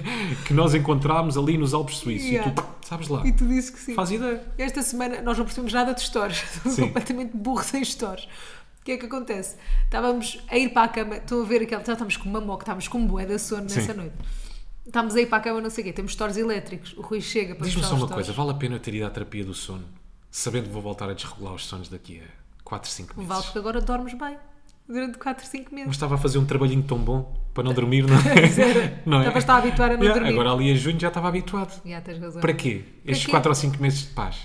que nós encontrámos ali nos Alpes Suíços. Yeah. E tu, sabes lá, E tu disse que sim. faz ideia. Esta semana nós não percebemos nada de [laughs] stories. Estamos Sim. completamente burros em stories. O que é que acontece? Estávamos a ir para a cama, estou a ver aquela. Já estávamos com uma moca, estávamos com um bué da sono nessa Sim. noite. Estávamos a ir para a cama, não sei o quê, temos stories elétricos. O Rui chega para Diz-me mostrar só os uma stories. coisa, vale a pena eu ter ido à terapia do sono, sabendo que vou voltar a desregular os sonhos daqui a 4, 5 meses? Vale, porque agora dormes bem. Durante 4, 5 meses. Mas estava a fazer um trabalhinho tão bom para [laughs] não dormir, não é? [laughs] não é? Tá. Estavas-te a habituar a não Yeah, dormir. Agora ali a junho já estava habituado. Já, tens razão. Para quê? Estes quê? 4 ou 5 meses de paz.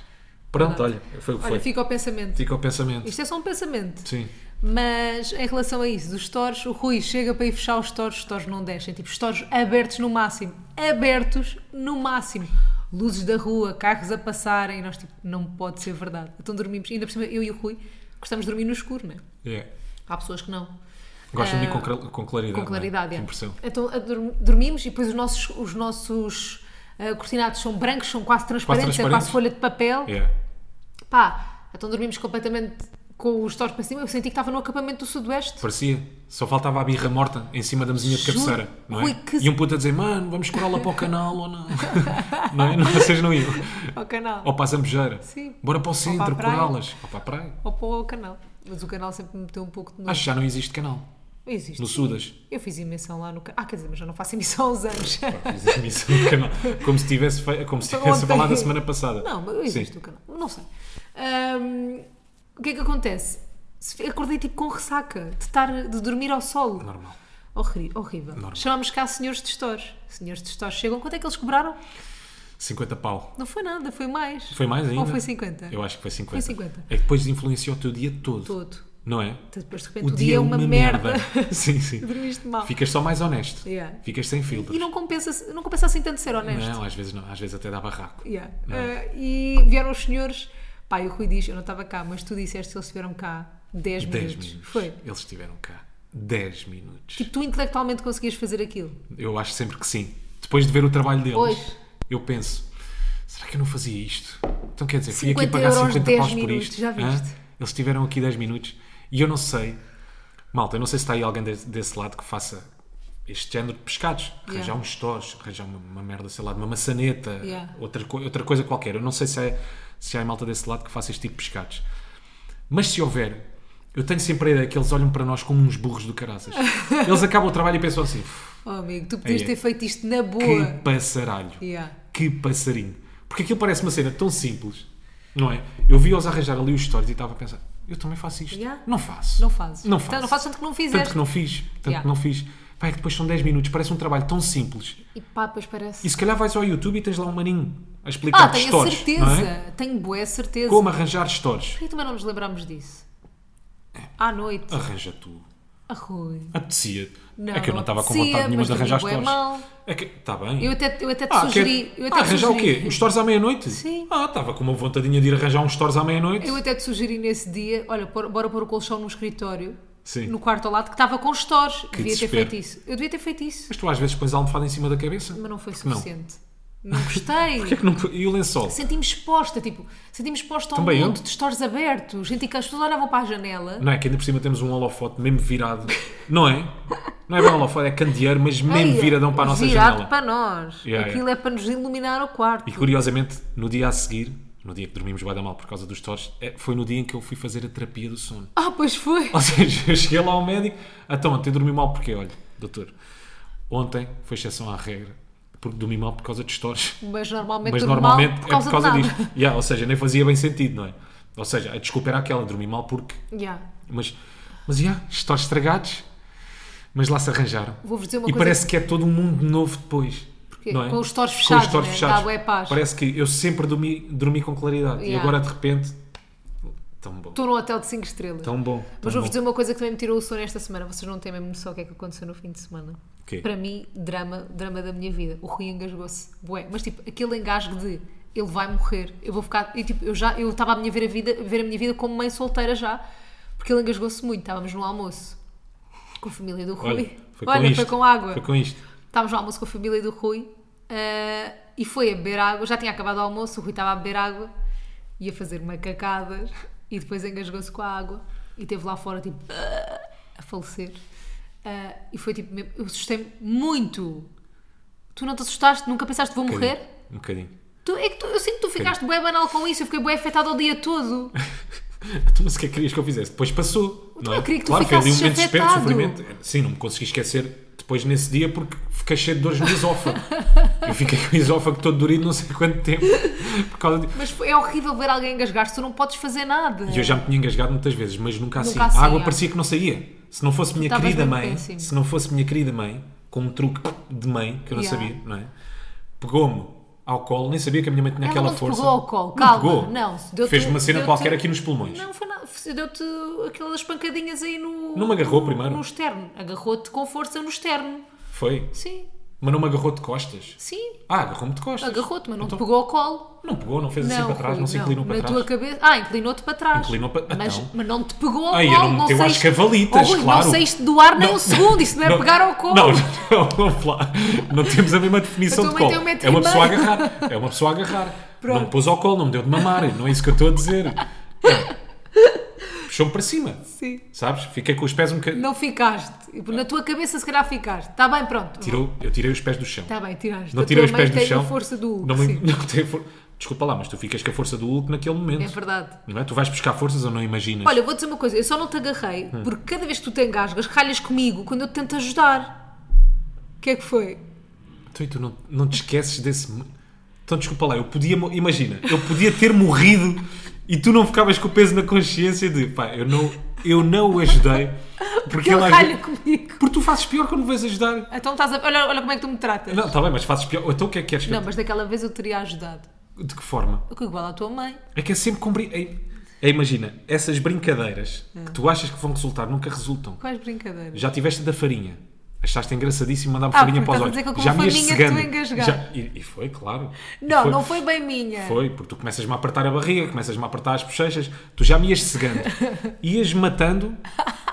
Pronto, olha, foi o que Olha, foi. fica ao pensamento. Fica o pensamento. Isto é só um pensamento. Sim. Mas em relação a isso, dos stores, o Rui chega para ir fechar os stores, os stores não descem. Tipo, stores abertos no máximo. Abertos no máximo. Luzes da rua, carros a passarem. Nós, tipo, não pode ser verdade. Então dormimos. Ainda por cima, eu e o Rui gostamos de dormir no escuro, não é? Yeah. Há pessoas que não. Gostam de ir Ah, com, clara- com claridade. Com claridade, não é? é. Que impressão. Então adorm- dormimos e depois os nossos, os nossos ah, cortinados são brancos, são quase transparentes, é transparentes. quase folha de papel. Yeah. Pá, então dormimos completamente com os stores para cima. Eu senti que estava no acampamento do Sudoeste. Parecia. Só faltava a birra morta em cima da mesinha de Juro. cabeceira. Não é? Ui, que- E um puto a dizer, mano, vamos curá-la para o canal [laughs] ou não? não é? Não, vocês não iam. ao canal. Ou para a Zambujeira. Sim. Bora para o centro, praia. curá-las. Ou para a praia. Ou para o canal. Mas o canal sempre me meteu um pouco de nojo. Acho que já não existe canal. Existe. No Sudas. Eu fiz emissão lá no canal. Ah, quer dizer, mas já não faço emissão há uns [laughs] anos. Fiz a emissão do canal. Como se tivesse, fe- como se Só tivesse ontem. falado a semana passada. não, mas existe Sim. o canal. Não sei. Ahm, o que é que acontece? Se- Acordei tipo com ressaca de, estar, de dormir ao solo. Normal. Horri- horrível. Normal. Chamámos cá senhores de stores. Senhores de stores chegam. Quanto é que eles cobraram? 50 pau. Não foi nada, foi mais. Foi mais ainda? Ou foi 50? Eu acho que foi 50. Foi 50. É que depois influenciou o teu dia todo. Todo. Não é? Então, depois de repente o, dia, é uma, merda. [laughs] sim, sim. Dormiste mal. Ficas só mais honesto. Yeah. Ficas sem filtro. E não compensa, não compensa assim tanto ser honesto. Não, às vezes não. Às vezes até dá barraco. Yeah. Uh, e vieram os senhores. Pá, e o Rui diz: Eu não estava cá, mas tu disseste que eles estiveram cá 10 10 minutos. minutos. Foi. Eles estiveram cá. 10 minutos. Tipo, tu intelectualmente conseguias fazer aquilo. Eu acho sempre que sim. Depois de ver o trabalho deles, Pois. eu penso: será que eu não fazia isto? Então quer dizer, fui 50 aqui pagar euros, 50 10 paus por minutos, isto. já hã? viste? Eles tiveram aqui 10 minutos e eu não sei, malta, eu não sei se está aí alguém desse, desse lado que faça este género de pescados. Arranjar Yeah. uns tos, arranjar uma, uma merda, sei lá, de uma maçaneta, Yeah. outra, co- outra coisa qualquer. Eu não sei se, é, se há malta desse lado que faça este tipo de pescados. Mas se houver, eu tenho sempre a ideia que eles olham para nós como uns burros [laughs] do caraças. Eles acabam o trabalho e pensam assim. Oh, amigo, tu podias Aí é. ter feito isto na Que boa. passaralho. Yeah. Que passarinho. Porque aquilo parece uma cena tão simples, não é? Eu vi-os arranjar ali os stories e estava a pensar, eu também faço isto. Yeah. Não faço. Não fazes. Não Então, faço. não fazes tanto que não fizeste. Tanto que não fiz. Tanto Yeah. que não fiz. Pá, é que depois são 10 minutos, parece um trabalho tão simples. E pá, pois parece. E se calhar vais ao YouTube e tens lá um maninho a explicar ah, tenho stories, a certeza. não é? Tenho boa certeza. Como arranjar stories. É. Ah. Porquê também não nos lembramos disso? À noite. Arranja tu. Arroz. Apetecia. Não, é que eu não estava com apetecia, vontade nenhuma mas de também arranjar bué stores. mal. É que, está bem. Eu até, eu até te Ah, sugeri. quer- Eu até Ah, te arranjar o sugeri. quê? Os stores à meia-noite? Sim. Ah, estava com uma vontadinha de ir arranjar uns stores à meia-noite. Eu até te sugeri nesse dia, olha, por- bora pôr o colchão no escritório, Sim. no quarto ao lado, que estava com stores. devia desespero. ter feito isso. Eu devia ter feito isso, Mas tu às vezes pões a almofada em cima da cabeça. mas não foi Por que não? suficiente. Não, gostei. [laughs] Porquê que não... E o lençol? Senti-me exposta, tipo, senti-me exposta a um Também eu. mundo de stores abertos. Senti que as pessoas olhavam para a janela. Não é que ainda por cima temos um holofote mesmo virado. não é? Não é bem holofote, é candeeiro, mas mesmo Ai, viradão para a nossa virado janela. para nós. Yeah, Aquilo é para nos iluminar o E quarto. curiosamente, no dia a seguir, no dia que dormimos bada mal por causa dos stores, é- foi no dia em que eu fui fazer a terapia do sono. [laughs] Ah, pois foi. Ou seja, eu cheguei lá ao médico, então ontem dormi mal porque, olha, doutor, ontem foi exceção à regra, porque dormi mal por causa de stores. Mas normalmente, mas normal, normalmente por é por causa causa de nada. disto. Yeah, ou seja, nem fazia bem sentido, não é? Ou seja, a desculpa era aquela, dormi mal porque. [laughs] Yeah. Mas, mas yeah, stores estragados, mas lá se arranjaram. Vou-vos dizer uma e coisa. parece que é todo um mundo novo depois. Porque não é? com os stores Com fechados, stores né? fechados. Dá bué paz. Parece que eu sempre dormi, dormi com claridade e Yeah. agora de repente. Tão bom. Estou num hotel de 5 estrelas. Tão bom. Tão Mas Tá bom. vou-vos dizer uma coisa que também me tirou o sono esta semana. Vocês não têm mesmo noção o que é que aconteceu no fim de semana. Quê? Para mim, drama, drama da minha vida. O Rui engasgou-se. Bué. Mas tipo, aquele engasgo de ele vai morrer. Eu vou ficar. E tipo, eu já eu estava a minha ver a vida, a ver a minha vida como mãe solteira já. Porque ele engasgou-se muito. Estávamos no almoço com a família do Rui. Olha, foi com Olha, isto. com água. Foi com isto. Estávamos no almoço com a família do Rui eh, e foi a beber água. Já tinha acabado o almoço, o Rui estava a beber água e a fazer macacadas e depois engasgou-se com a água e esteve lá fora tipo a falecer. Eh, e foi tipo, mesmo- eu assustei-me muito. Tu não te assustaste? Nunca pensaste vou Um morrer? bocadinho. Um bocadinho. Tu- é que tu- eu sinto que tu ficaste bem banal com isso, eu fiquei bem afetado o dia todo. Então, mas o que é que querias que eu fizesse? Depois passou. Não Então, é? eu queria que tu claro, foi ali um ficasses momento de desespero, de afetado. sofrimento. Sim, não me consegui esquecer depois nesse dia porque fiquei cheio de dores no esófago. eu fiquei com o esófago todo dorido não sei quanto tempo. Por causa de... Mas foi- é horrível ver alguém engasgar-se, tu não podes fazer nada. E eu já me tinha engasgado muitas vezes, mas nunca assim. Nunca assim, a água é. parecia que não saía. Se não fosse minha estavas querida mesmo mãe, péssimo. se não fosse minha querida mãe, com um truque de mãe que eu não Yeah. sabia, não é? Pegou-me ao colo, nem sabia que a minha mãe tinha Ela aquela não te força. pegou ao colo, Não calma, pegou. não, deu-te- Fez uma cena deu-te- qualquer aqui nos pulmões. Não, foi nada. Deu-te aquelas pancadinhas aí no. Não me agarrou no- primeiro? No externo. Agarrou-te com força no externo. Foi. Sim, Mas não me agarrou de costas. sim. Ah, agarrou-me de costas. Agarrou-te, mas não Então- te pegou ao colo. Não pegou, não fez assim não, para trás, Rui, não se inclinou para Na trás. tua cabeça. Ah, inclinou-te para trás. Inclinou para- Mas, então. mas não te pegou ao Ai, eu colo. não me meteu às saíste- cavalitas, Oh, Rui, claro. Não saíste do ar nem Não. um segundo. Isso não é pegar ao colo. Não, [laughs] não, não, Flá, não temos a mesma definição A de tua colo. mãe tem um metro é uma e pessoa a meio. agarrar. É uma pessoa a agarrar. Pronto. Não me pôs ao colo, não me deu de mamar, não é isso que eu estou a dizer. É. Puxou-me para cima, Sim. sabes? Fiquei com os pés um bocadinho. Não ficaste. Na tua cabeça, se calhar, ficaste. Está bem, pronto. Tirou, eu tirei os pés do chão. Está bem, tiraste. não Tá. A tirei tua os pés mãe do tem chão. a força do Hulk. não me- sim. [laughs] não tem for- Desculpa lá, mas tu ficas com a força do Hulk naquele momento. É verdade. Não é? Tu vais buscar forças ou não imaginas? Olha, eu vou dizer uma coisa, eu só não te agarrei Hum. porque cada vez que tu te engasgas, ralhas comigo quando eu te tento ajudar. O que é que foi? Então, e tu não, não te esqueces desse. mo- Então, desculpa lá, eu podia. mo- Imagina, eu podia ter morrido e tu não ficavas com o peso na consciência de pá, eu não, eu não o ajudei porque, Porque ele ele ralha ajuda- comigo. Porque tu fazes pior quando vais ajudar. Então estás a. Olha, olha como é que tu me tratas. Não, está bem, mas fazes pior. Então, o que é que queres que Não, mas daquela vez eu teria ajudado. eu... De que forma? Eu que igual à tua mãe. É que é sempre. Compre... É, é, imagina, essas brincadeiras É. que tu achas que vão resultar nunca resultam. Quais brincadeiras? Já tiveste da farinha. Achaste engraçadíssimo mandar-me Ah, farinha porque para os estás a dizer olhos. que eu como Já me ias farinha tu cegando. engasgaste. Já... E, e foi, claro. E Não, foi- não foi bem minha. Foi, porque tu começas-me a apertar a barriga, começas-me a apertar as bochechas, tu já me [laughs] ias cegando. Ias matando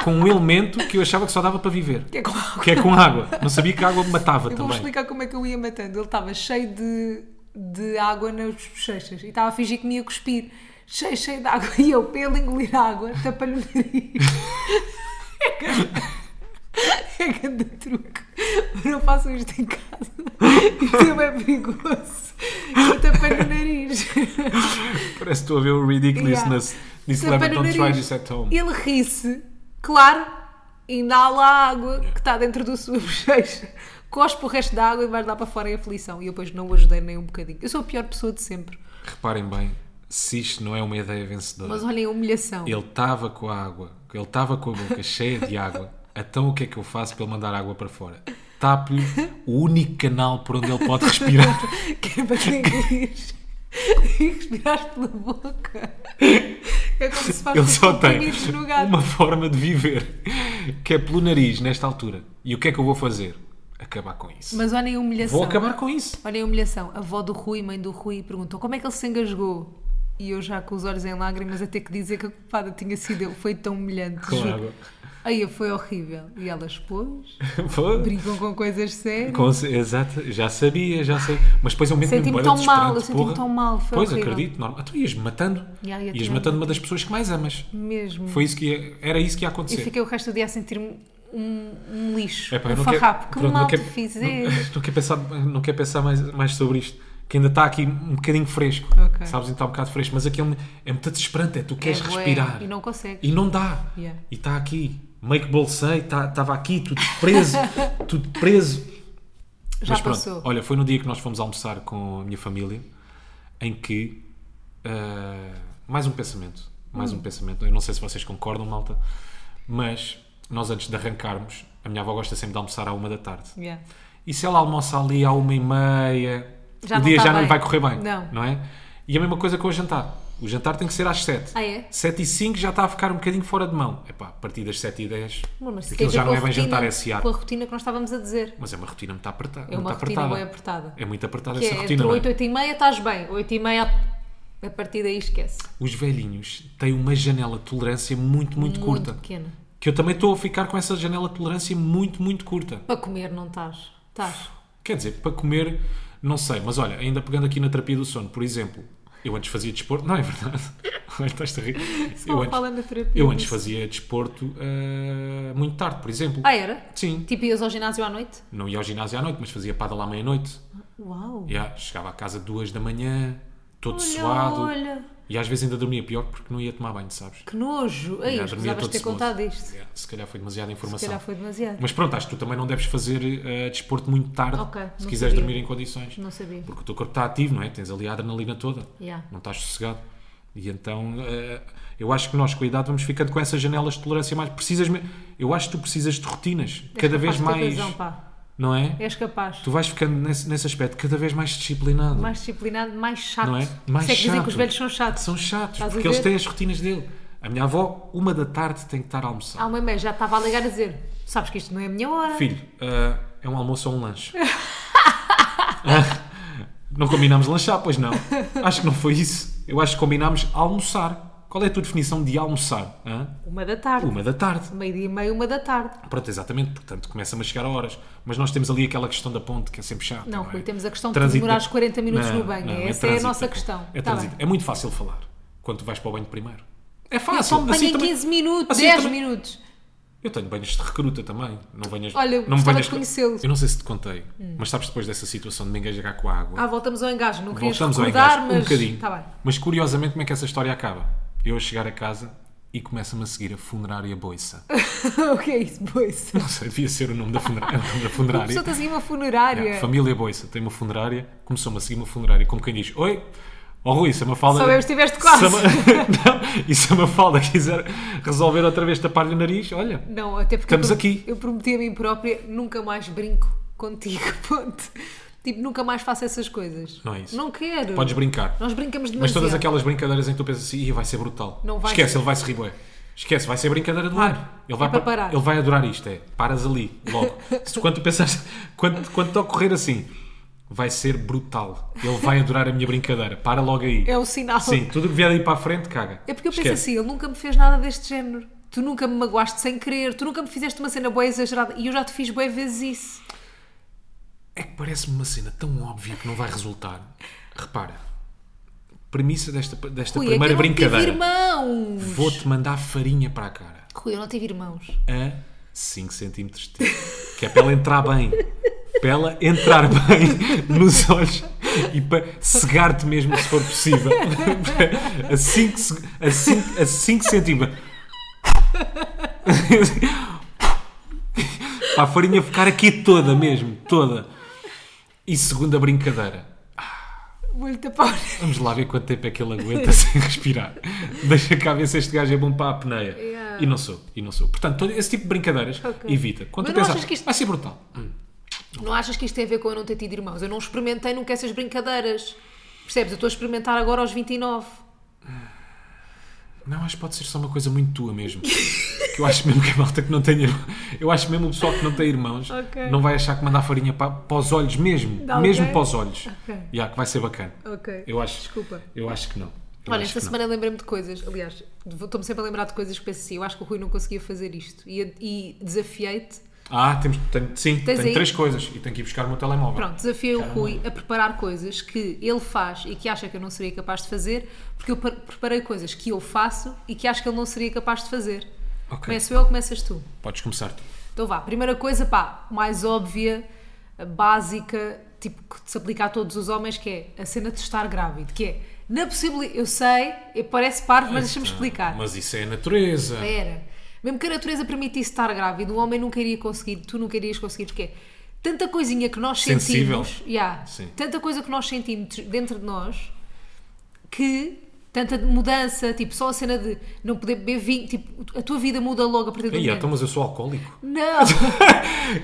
com um elemento que eu achava que só dava para viver. Que é com água. Que é com água. Não sabia que a água me matava Eu vou também. explicar como é que eu ia matando. Ele estava cheio de, de água nas bochechas e estava a fingir que me ia cuspir. Cheio, cheio de água. [laughs] E eu, para ele engolir a água, tapei-lhe o nariz. [laughs] É grande truque. Mas não façam isto em casa. [laughs] Isto é bem perigoso. Eu tapei-lhe o nariz. Parece que estou a ver o ridiculousness. Disse Tapei Leva, no don't try é nariz. this at home. Ele ri-se, claro, inala a água que está dentro do sua bochecha, [laughs] cospe o resto da água e vai lá para fora em aflição. E eu depois não o ajudei nem um bocadinho. Eu sou a pior pessoa de sempre. Reparem bem, se isto não é uma ideia vencedora. Mas olhem a humilhação. Ele estava com a água, ele estava com a boca [laughs] cheia de água. Então o que é que eu faço para ele mandar a água para fora? Tapo-lhe o único canal por onde ele pode respirar. [laughs] Que é para te engolir [laughs] e respirares pela boca. [laughs] É como se faz Ele com só tem comprimidos um no gato. uma forma de viver, que é pelo nariz, nesta altura. E o que é que eu vou fazer? Acabar com isso. Mas olhem a humilhação. Vou acabar com isso. Olhem a humilhação. A avó do Rui, mãe do Rui, perguntou como é que ele se engasgou. E eu já com os olhos em lágrimas a ter que dizer que a culpada tinha sido eu. Foi tão humilhante. Com juro. água. Aí foi horrível. E elas, pois, Vou. brincam com coisas sérias. Com- exato, já sabia, já sei. Mas depois eu mesmo Senti-me bué tão desesperado, mal, eu senti-me porra. tão mal, foi Pois, horrível. acredito, normal. Ah, tu ias matando, Ya, ia ias tirando. matando uma das pessoas que mais amas. Mesmo. Foi isso que ia- era isso que ia E acontecer. fiquei o resto do dia a sentir-me um, um lixo. Epá, É eu um não quero- farrapo. Que pronto, mal quero- te fizeres. Não, [laughs] não quero pensar, não quero pensar mais, mais sobre isto. Que ainda está aqui um bocadinho fresco. Ok. Sabes, ainda está um bocado fresco. Mas aquilo é muito desesperante. É tu queres bué, respirar. e não consegues. E não dá. Yeah. E está aqui. Meio que bolsei. Estava tá, aqui, tudo [laughs] preso. tudo preso. Já passou. olha, foi no dia que nós fomos almoçar com a minha família em que. ah, mais um pensamento. Mais Hum. um pensamento. Eu não sei se vocês concordam, malta, mas nós antes de arrancarmos, a minha avó gosta sempre de almoçar à uma da tarde. Yeah. E se ela almoça ali à uma e meia, Já o não dia tá já não bem. vai correr bem. Não. é? E a mesma coisa com o jantar. O jantar tem que ser às 7. Ah, é? 7 e 5 já está a ficar um bocadinho fora de mão. Epá, a partir das 7 e 10, Amor, mas se aquilo queres já ver não com é a bem jantar rotina- S.A. Com a rotina que nós estávamos a dizer. Mas é uma rotina muito apertada. É uma muito rotina apertada. bem apertada. É muito apertada Que essa é entre rotina. não é? 8 e 8 e meia estás bem. 8 e meia a- a partir daí esquece. Os velhinhos têm uma janela de tolerância muito, muito, curta. Muito pequena. Que eu também estou a ficar com essa janela de tolerância muito, muito curta. Para comer não estás. Estás. Quer dizer, para comer, não sei, mas olha, ainda pegando aqui na terapia do sono, por exemplo, eu antes fazia desporto, não é verdade? [laughs] Olha, estás a rir. Só Eu antes, fala na terapia. eu antes disso. fazia desporto ah, muito tarde, por exemplo. Ah, era? Sim, Tipo, ias ao ginásio à noite? não ia ao ginásio à noite, mas fazia pádel à meia-noite. Uau! Yeah, chegava à casa duas da manhã, todo Olha, suado. olha. E às vezes ainda dormia pior porque não ia tomar banho, sabes? Que nojo! Aí, Yeah, dormia precisavas todo ter smooth. contado isto. Yeah, se calhar foi demasiada Se informação. calhar foi demasiado. Mas pronto, acho que tu também não deves fazer eh, desporto muito tarde Ok, se não quiseres sabia. dormir em condições. Não sabia. Porque o teu corpo está ativo, não é? Tens ali a adrenalina toda. Yeah. Não estás sossegado. E então, eh, eu acho que nós, com a idade, vamos ficando com essas janelas de tolerância mais. Precisas me- Eu acho que tu precisas de rotinas. cada vez És capaz de ter mais. Razão, pá. Não é? És capaz. Tu vais ficando nesse, nesse aspecto cada vez mais disciplinado. Mais disciplinado, mais chato. Não é? Mais Se é que dizem chato. que os velhos são chatos. São chatos, Estás a porque eles ver? têm as rotinas dele. A minha avó, uma da tarde, tem que estar a almoçar. Há uma mãe já estava a ligar a dizer: Sabes que isto não é a minha hora. Filho, ah, é um almoço ou [laughs] um lanche? Ah, não combinámos lanchar, pois não. Acho que não foi isso. Eu acho que combinámos almoçar. Qual é a tua definição de almoçar? hã? Uma da tarde. Uma da tarde. Meio-dia e meia, uma da tarde. Pronto, exatamente, portanto começa-me a chegar a horas. Mas nós temos ali aquela questão da ponte que é sempre chata. Não, é? Rui, temos a questão de tu Trânsito demorares da- 40 minutos Não, no banho. não, Essa é, a trânsito nossa da- questão. É, Tá trânsito. bem. é muito fácil falar quando tu vais para o banho primeiro. É fácil. Eu só me Então, banho assim em também- 15 minutos, assim 10 também- minutos. Eu tenho banhos de recruta também. Não venhas, Olha, eu não me gostava venhas de com- conhecê-lo. Hum. Eu não sei se te contei, mas sabes depois dessa situação de me engajar com a água. Ah, voltamos ao engajo. Não querias Voltamos ao recordar, engajo mas. um bocadinho. Tá bem. Mas curiosamente, como é que essa história acaba? Eu a chegar a casa e começa-me a seguir a funerária Boiça. [laughs] [laughs] o que é isso, pois? Não sei, devia ser o nome da funerária. o nome da Uma pessoa funerária. está a seguir uma funerária. Yeah, família Boiça tem uma funerária, começou-me a seguir uma funerária, como quem diz: Oi, ó Rui, se a Mafalda. Soubemos que estiveste quase." se a Ma- [laughs] Não, e se a Mafalda quiser resolver outra vez tapar-lhe o nariz, olha. Não, até porque. Estamos eu, aqui. Eu prometi a mim própria: nunca mais brinco contigo. [laughs] Ponto. Tipo, nunca mais faço essas coisas. Não é isso. Não quero. Podes brincar. Nós brincamos demasiado. Mas todas aquelas brincadeiras em que tu pensas assim, "Ih, vai ser brutal. é. Não vai Esquece, ser. ele vai se rir bué. Esquece, vai ser brincadeira do ano. Ele vai, É para pa- parar. ele vai adorar isto, é. Paras ali, logo. Se tu- quando tu pensaste, [laughs] quando, quando te ocorrer assim, vai ser brutal. Ele vai adorar a minha brincadeira. Para logo aí. É o sinal. Sim, tudo o que vier daí para a frente, caga. É porque eu penso Esquece. assim, ele nunca me fez nada deste género. Tu nunca me magoaste sem querer, tu nunca me fizeste uma cena boa exagerada e eu já te fiz boa vezes isso. assim- É que parece-me uma cena tão óbvia que não vai resultar. Repara. Premissa desta, desta Rui, primeira é que eu não tive brincadeira. irmãos. Vou-te mandar farinha para a cara. Rui, eu não tive irmãos. a 5 cm de tempo. Que é para ela entrar bem. Para ela entrar bem nos olhos e para cegar-te mesmo se for possível. A 5 a cinco- a cinco centímetros. Para a farinha ficar aqui toda mesmo, toda. E segunda brincadeira. Vou-lhe [laughs] tapar. Vamos lá ver quanto tempo é que ele aguenta [laughs] sem respirar. Deixa cá ver se este gajo é bom para a apneia. Yeah. E não sou, e não sou. Portanto, todo esse tipo de brincadeiras Ok. evita. Quando Mas tu não pensas, "Ah, achas que isto- vai ser brutal. Não achas que isto tem a ver com eu não ter tido irmãos? Eu não experimentei nunca essas brincadeiras. Percebes? Eu estou a experimentar agora aos 29. Não, acho que pode ser só uma coisa muito tua mesmo. que eu acho mesmo que a malta que não tem irmãos. Eu acho mesmo o pessoal que não tem irmãos Ok. não vai achar que mandar farinha para, para os olhos mesmo. De alguém? Mesmo para os olhos. Ok. Yeah, que vai ser bacana. Ok. Eu acho. Desculpa. Eu acho que não. Eu Olha, acho esta que não. semana lembrei-me de coisas, aliás, estou-me sempre a lembrar de coisas que penso assim, eu acho que o Rui não conseguia fazer isto. E, e desafiei-te, Ah, temos. tenho- sim, Tens tenho aí? três coisas e tenho que ir buscar o meu telemóvel. pronto, desafiei o Rui a preparar coisas que ele faz e que acha que eu não seria capaz de fazer, porque eu pre- preparei coisas que eu faço e que acho que ele não seria capaz de fazer. Ok. Começo eu ou começas tu? Podes começar tu. Então vá, primeira coisa, pá, mais óbvia, básica, tipo, que se aplica a todos os homens, que é a cena de estar grávido, que é, na possibilidade, eu sei, parece parvo, mas deixa-me explicar. Ah, Mas isso é a natureza. Era. Mesmo que a natureza permitisse estar grávido, um homem nunca iria conseguir, tu nunca irias conseguir, porque é tanta coisinha que nós Sensível. sentimos, yeah, Sim. tanta coisa que nós sentimos dentro de nós, que tanta mudança, tipo, só a cena de não poder beber vinho, tipo, a tua vida muda logo a partir do Ei, momento. então, mas eu sou alcoólico. [laughs] Não!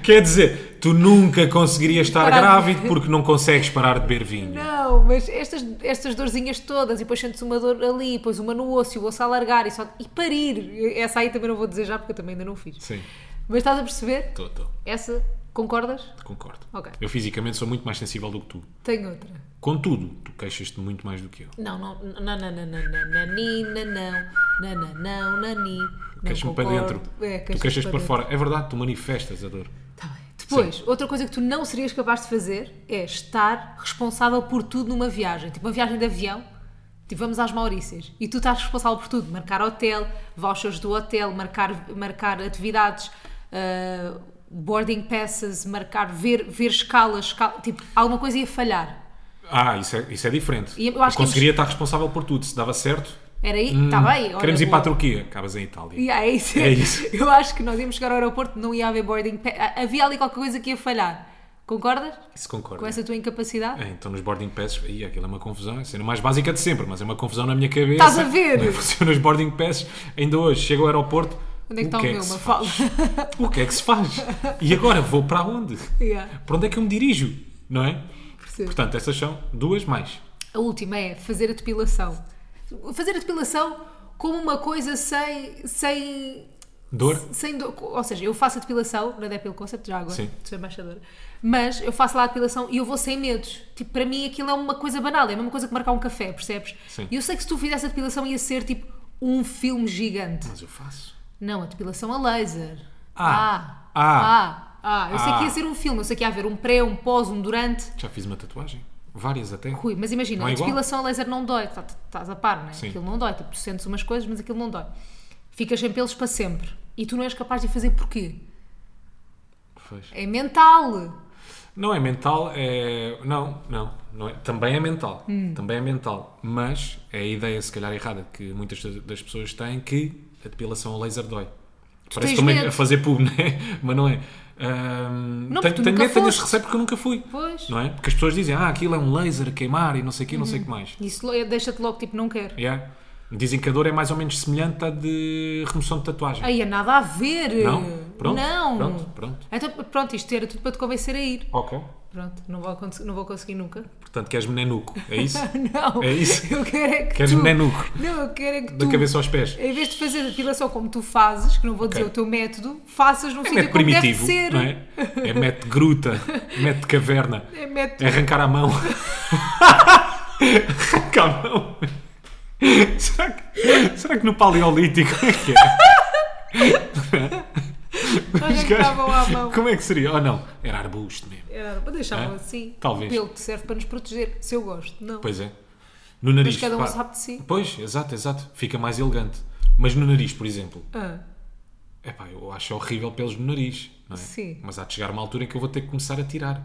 Quer dizer, tu nunca conseguirias estar Parar de- grávido porque não consegues parar de beber vinho. Não, mas estas, estas dorzinhas todas, e depois sentes uma dor ali, depois uma no osso, e o osso a alargar, e, só, e parir. Essa aí também não vou dizer já, porque eu também ainda não fiz. Sim, Mas estás a perceber? estou, estou. Essa, concordas? Concordo. Ok. Eu fisicamente sou muito mais sensível do que tu. Tenho outra. Contudo, tu queixas-te muito mais do que eu. Não, não, não, não, não, não, não, nani, nanão, nananão, nani. não Queixas-me para concordo. dentro. É, tu queixas-te para dentro. fora. É verdade, tu manifestas a dor. Tá bem. Depois, outra coisa que tu não serias capaz de fazer é estar responsável por tudo numa viagem. Tipo, uma viagem de avião, tipo, vamos às Maurícias. E tu estás responsável por tudo. Marcar hotel, vouchers do hotel, marcar, marcar atividades, ah, boarding passes, marcar, ver, ver escalas, escala- tipo, alguma coisa ia falhar. Ah, isso é, isso é diferente. E eu acho que conseguiria estar responsável por tudo. Se dava certo, Era aí, está bem. olha, Hum, queremos ir boa. para a Turquia. Acabas em Itália. E é isso. É isso. [laughs] Eu acho que nós íamos chegar ao aeroporto, não ia haver boarding. pa- ah, Havia ali qualquer coisa que ia falhar. Concordas? Isso concordo. Com essa tua incapacidade? É, então nos boarding passes, aí aquilo é uma confusão, é a cena mais básica de sempre, mas é uma confusão na minha cabeça. Estás a ver? Não é que funciona os boarding passes, ainda hoje chego ao aeroporto. Onde é que está o que meu, se Mafalda? faz? O que é que se faz? E agora vou para onde? [laughs] Yeah, Para onde é que eu me dirijo? Não é? percebo. Portanto, estas são duas mais. A última é fazer a depilação. Fazer a depilação como uma coisa sem. sem Dor? sem dor. Ou seja, eu faço a depilação na Depil Concept, já agora, Sim. sou embaixadora, mas eu faço lá a depilação e eu vou sem medos. Tipo, para mim aquilo é uma coisa banal, é a mesma coisa que marcar um café, percebes? Sim. E eu sei que se tu fizesse a depilação ia ser tipo um filme gigante. Mas eu faço. Não, a depilação a laser. Ah. Ah. Ah. Ah. Ah. Eu sei Ah. que ia ser um filme, eu sei que ia haver um pré, um pós, um durante. Já fiz uma tatuagem. Várias até. Rui, mas imagina, Não é a igual? depilação a laser não dói, tá- estás a par, não é? Sim. Aquilo não dói, tipo, tu sentes umas coisas, mas aquilo não dói. Ficas sem pelos para sempre. E tu não és capaz de fazer porquê? Pois. É mental. Não é mental, é. Não, não. não é. Também é mental. Hum. Também é mental. Mas é a ideia, se calhar, errada que muitas das- das pessoas têm que a depilação a laser dói. Parece tens também medo. a fazer pub, [laughs] não é? Mas não é. Ahm, Não, tenho porque tu tenho nunca medo, tenho foste. esse receio porque eu nunca fui. Pois. Não é? Porque as pessoas dizem, ah, aquilo é um laser a queimar e não sei o quê, não sei Uhum. o que mais. Isso lo- deixa-te logo, tipo, não quero. Yeah? Dizem que a dor é mais ou menos semelhante à de remoção de tatuagem. Aí é nada a ver. Não? Pronto, Não. pronto, pronto. Então, pronto, isto era tudo para te convencer a ir. Ok. Pronto, não vou, aconte- não vou conseguir nunca. [laughs] Portanto, queres-me nenuco, é isso? não. É isso? Eu quero é que Queres-me tu... nenuco, Não, eu quero é que da tu... cabeça aos pés. Em vez de fazer a depilação como tu fazes, que não vou dizer Ok. o teu método, faças num É sítio método como deve primitivo, ser. não é? É método [laughs] gruta, método caverna, É método- é arrancar [laughs] a mão. arrancar a mão. Será que, será que no Paleolítico é que é? Os Arrancavam é à mão. gajos- Como é que seria? Oh não, era arbusto mesmo. Era, mas deixavam É? assim. Talvez. O pelo que serve para nos proteger. Se eu gosto, não. Pois é. No nariz. Mas cada um pá. sabe de si. Pois, exato, exato. Fica mais elegante. Mas no nariz, por exemplo. Ah, Epá, eu acho horrível pelos no nariz, não é? Sim. Mas há de chegar uma altura em que eu vou ter que começar a tirar.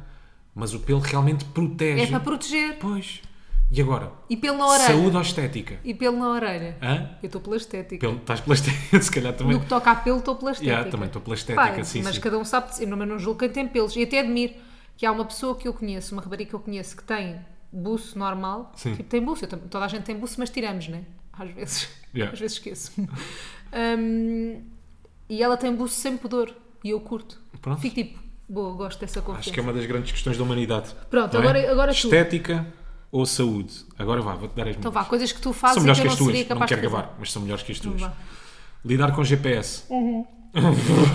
Mas o pelo realmente protege. é para proteger. Pois. E agora? E pelo na orelha. Saúde ou estética? E pelo na orelha. Hã? Eu estou pela estética. Pelo, estás pela estética, [laughs] se calhar também. No que toca a pelo, estou pela estética. Yeah, também estou pela estética, Pá, sim, mas sim. cada um sabe de si. Eu não- mas não julgo quem tem pelos. E até admiro que há uma pessoa que eu conheço, uma rapariga que eu conheço, que tem buço normal. Sim. Tipo, tem buço. Eu tam- toda a gente tem buço, mas tiramos, né? Às vezes. Yeah. Às vezes esqueço-me. Hum, e ela tem buço sem pudor. E eu curto. Pronto. é Fico tipo, boa, gosto dessa confiança. Acho que é uma das grandes questões da humanidade. Pronto, não é? agora- agora tu. Estética, ou saúde. Agora vá, vou-te dar as minhas. Então vá, coisas que tu fazes são e melhores que eu que não as tuas. seria Não capaz quero de fazer. acabar, mas são melhores que as tuas. Vá. Uhum. Lidar com GPS. [laughs]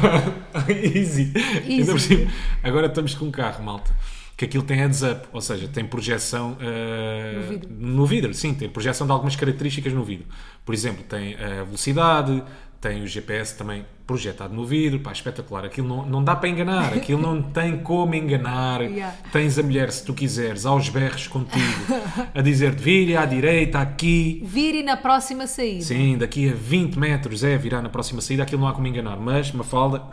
Easy. Ainda por cima, Agora estamos com um carro, malta. Que aquilo tem heads up, ou seja, tem projeção eh, No vidro. no vidro, sim, tem projeção de algumas características no vidro. Por exemplo, tem eh, a velocidade, tem o GPS também projetado no vidro, pá, espetacular. Aquilo não, não dá para enganar, [laughs] aquilo não tem como enganar. Yeah. Tens a mulher, se tu quiseres, aos berros contigo, a dizer-te vira à direita, aqui, Virem na próxima saída. Sim, daqui a 20 metros é virar na próxima saída, aquilo não há como enganar, mas Mafalda,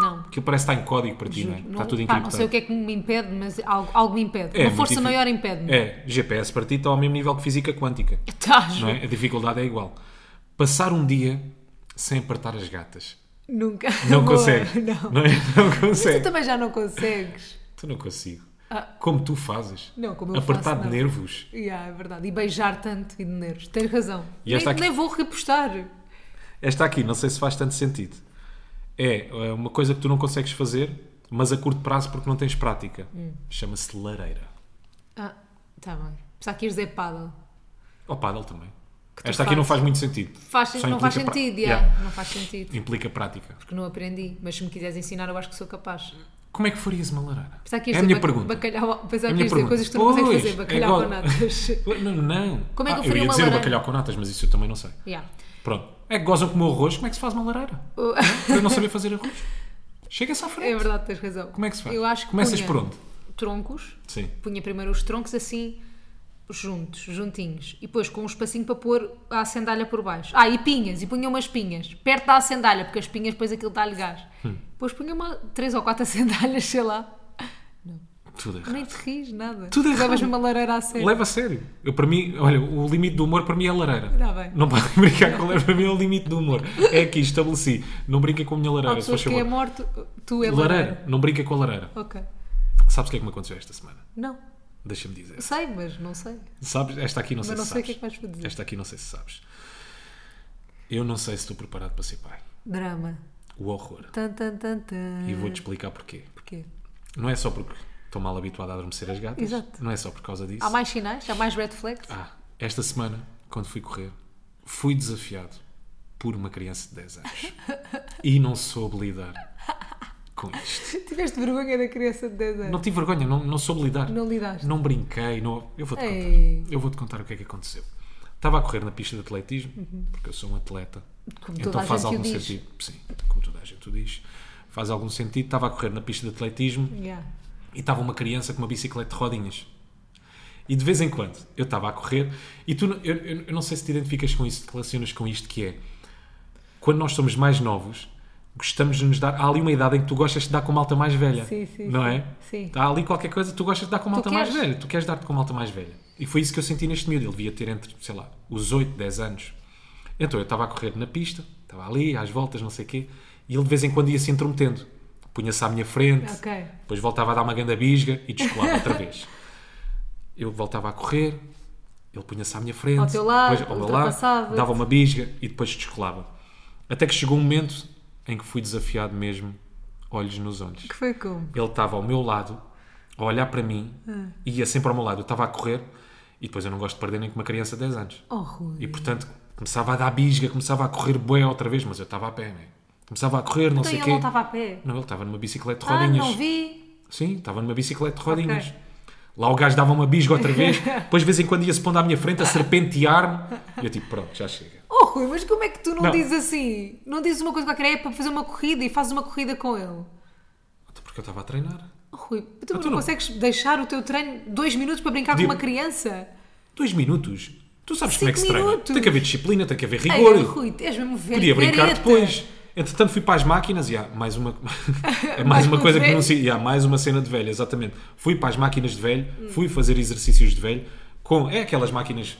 Não. aquilo parece que está em código para ti, não é? Não, Está tudo pá, não encriptado. sei o que é que me impede, mas algo, algo me impede. É Uma muito força difícil. maior impede-me. [laughs] É, GPS para ti está ao mesmo nível que física quântica, Tá, não é? A dificuldade é igual. Passar um dia sem apertar as gatas. Nunca. Não Boa. [laughs] consegues. Não. Não, é? Não Tu consegues. também já não consegues. Tu não consigo. Ah. Como tu fazes? Não, como eu Apertar faço, de não. nervos. Yeah, é verdade. E beijar tanto e de nervos. Tens razão. E nem, esta aqui- nem vou repostar. Esta aqui, não sei se faz tanto sentido. É é uma coisa que tu não consegues fazer, mas a curto prazo porque não tens prática. Hum. Chama-se lareira. Ah, tá bem. Pensar que ias dizer paddle. Ao paddle também. tu Esta aqui não fazes. faz muito sentido. Faz, Só não faz implica pra- sentido, yeah. Yeah. não faz sentido. Implica prática. Porque não aprendi. Mas se me quiseres ensinar, eu acho que sou capaz. Como é que farias uma lareira? Pensar que ias é dizer a minha ba- pergunta. Bacalhau, pensar É que a minha ias dizer pergunta. coisas que tu não consegues Pois, fazer. é Bacalhau com igual. natas. Não, não. Como é que eu Ah, faria ia uma dizer o lareira? bacalhau com natas, mas isso eu também não sei. [laughs] [laughs] Yeah. Pronto. É que gozam com o meu arroz. Como é que se faz [laughs] uma lareira? O- Eu não sabia fazer arroz. Chega-se à frente. É verdade, tens razão. Como é que se faz? Eu acho que Começas punha por onde? Troncos. Sim. Punha primeiro os troncos assim, juntos, juntinhos. E depois com um espacinho para pôr a acendalha por baixo. Ah, e pinhas. E punha umas pinhas. Perto da acendalha, porque as pinhas depois aquilo dá-lhe gás. Hum. Depois punha uma, três ou quatro [laughs] acendalhas, sei lá. Tudo errado. Nem te ris, nada. Tudo errado. Levas-me uma lareira a sério. Leva a sério. Eu, para mim, olha, o limite do humor para mim é a lareira. Dá Tá bem. Não podem [laughs] brincar com a lareira. Para mim é o limite do humor. É aqui, estabeleci. Não brinca com a minha Há lareira, se pessoas faz que é favor. morto, tu é lareira. Lareira. Não brinca com a lareira. Ok. Sabes o que é que me aconteceu esta semana? Não. Deixa-me dizer. Sei, mas não sei. Sabes? Esta aqui não sei mas não se sei o que é sabes. que vais fazer. Esta aqui não sei se sabes. Eu não sei se estou preparado para ser pai. Drama. O horror. Tan, tan, tan, tan. E vou-te explicar porquê. Porquê? Não é só porque estou mal habituado a adormecer as gatas. Exato. Não é só por causa disso. Há mais sinais? Há mais red flags? Ah, esta semana, quando fui correr, fui desafiado por uma criança de 10 [laughs] anos. e não soube lidar com isto. [laughs] Tiveste vergonha da criança de 10 anos? Não tive vergonha, não, não soube lidar. Não lidaste? Não brinquei, não... eu vou-te Ei. contar. Eu vou-te contar o que é que aconteceu. Estava a correr na pista de atletismo, porque eu sou um atleta. Uhum. Como toda então a faz gente o algum diz. sentido. Sim, como toda a gente o diz. Faz algum sentido. Estava a correr na pista de atletismo Yeah. e estava uma criança com uma bicicleta de rodinhas. E de vez em quando eu estava a correr e tu, não- eu, eu- eu não sei se te identificas com isso, te relacionas com isto que é quando nós somos mais novos, gostamos de nos dar. Há ali uma idade em que tu gostas de dar com malta mais velha, Sim, sim, não sim. é? Sim. Há ali qualquer coisa que tu gostas de dar com malta mais queres. velha, tu queres dar-te com malta mais velha. E foi isso que eu senti neste miúdo, ele devia ter entre, sei lá, os 8, 10 anos. Então eu estava a correr na pista, estava ali, às voltas, não sei o quê, e ele de vez em quando ia se intrometendo. Punha-se à minha frente, Ok. depois voltava a dar uma ganda bisga e descolava outra vez. Eu voltava a correr, ele punha-se à minha frente, Ao teu lado, depois ao meu lado, ultrapassava-te. dava uma bisga e depois descolava. Até que chegou um momento em que fui desafiado mesmo, olhos nos olhos. Que foi como? Ele estava ao meu lado, a olhar para mim, Ah. e ia sempre ao meu lado. Eu estava a correr, e depois eu não gosto de perder nem com uma criança de 10 anos. Oh, Rui. E portanto, começava a dar bisga, começava a correr bué outra vez, mas eu estava a pé, né? Começava a correr, não Então sei ele o não quê. estava a pé? Não, ele estava numa bicicleta de Ah, rodinhas. não vi. Sim, estava numa bicicleta de rodinhas. Ok. Lá o gajo dava uma bisga outra [laughs] vez, depois de vez em quando ia-se pondo à minha frente a serpentear-me. E eu tipo, pronto, já chega. Oh, Rui, mas como é que tu não, Não. dizes assim? Não dizes uma coisa qualquer, é para fazer uma corrida e fazes uma corrida com ele. Até porque eu estava a treinar. Oh, Rui, tu não, tu Então não- consegues deixar o teu treino dois minutos para brincar Podia- com uma criança? Dois minutos? Tu sabes como é que se Cinco treina. minutos. Tem que haver disciplina, tem que haver Ei, rigor. Rui, tu és mesmo velho. Podia brincar é careta. depois. Entretanto, fui para as máquinas e há mais uma, [laughs] é mais Mais uma uma coisa que velha. denuncio. E há mais uma cena de velho, exatamente. Fui para as máquinas de velho, Hum. fui fazer exercícios de velho com. É aquelas máquinas.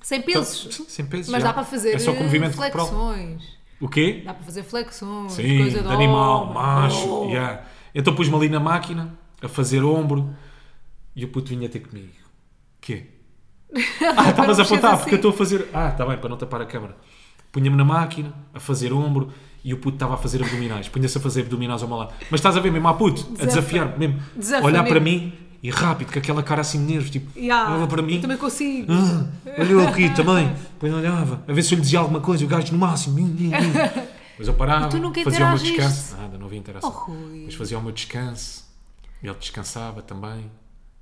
Sem pesos. Sim, sem pesos. Mas Então, já. dá para fazer É só com eh, movimento corporal. flexões. O quê? Dá para fazer flexões. Sim, coisa de de animal, Ah, homem. [laughs] macho. Oh. yeah. Então pus-me ali na máquina, a fazer ombro, e o puto vinha ter comigo. Quê? Ah, estavas a mexeres apontar, porque eu assim. estou a fazer. Ah, está bem, para não tapar a câmara. Punha-me na máquina, a fazer ombro, e o puto estava a fazer abdominais. Punha-se a fazer abdominais ao meu lado. Mas estás a ver mesmo, ah, puto, a Desafa. desafiar mesmo. Desafa olhar mesmo. para mim E rápido, com aquela cara assim de nervos, tipo, Ya, olhava para mim. eu Também consigo. "Ah, olhou aqui também. Depois olhava, a ver se eu lhe dizia alguma coisa, o gajo no máximo. hum, hum, hum. Depois eu parava, tu nunca fazia o meu interagiste. descanso. Nada, não havia interação. Oh, Rui. Depois fazia o meu descanso. Ele descansava também.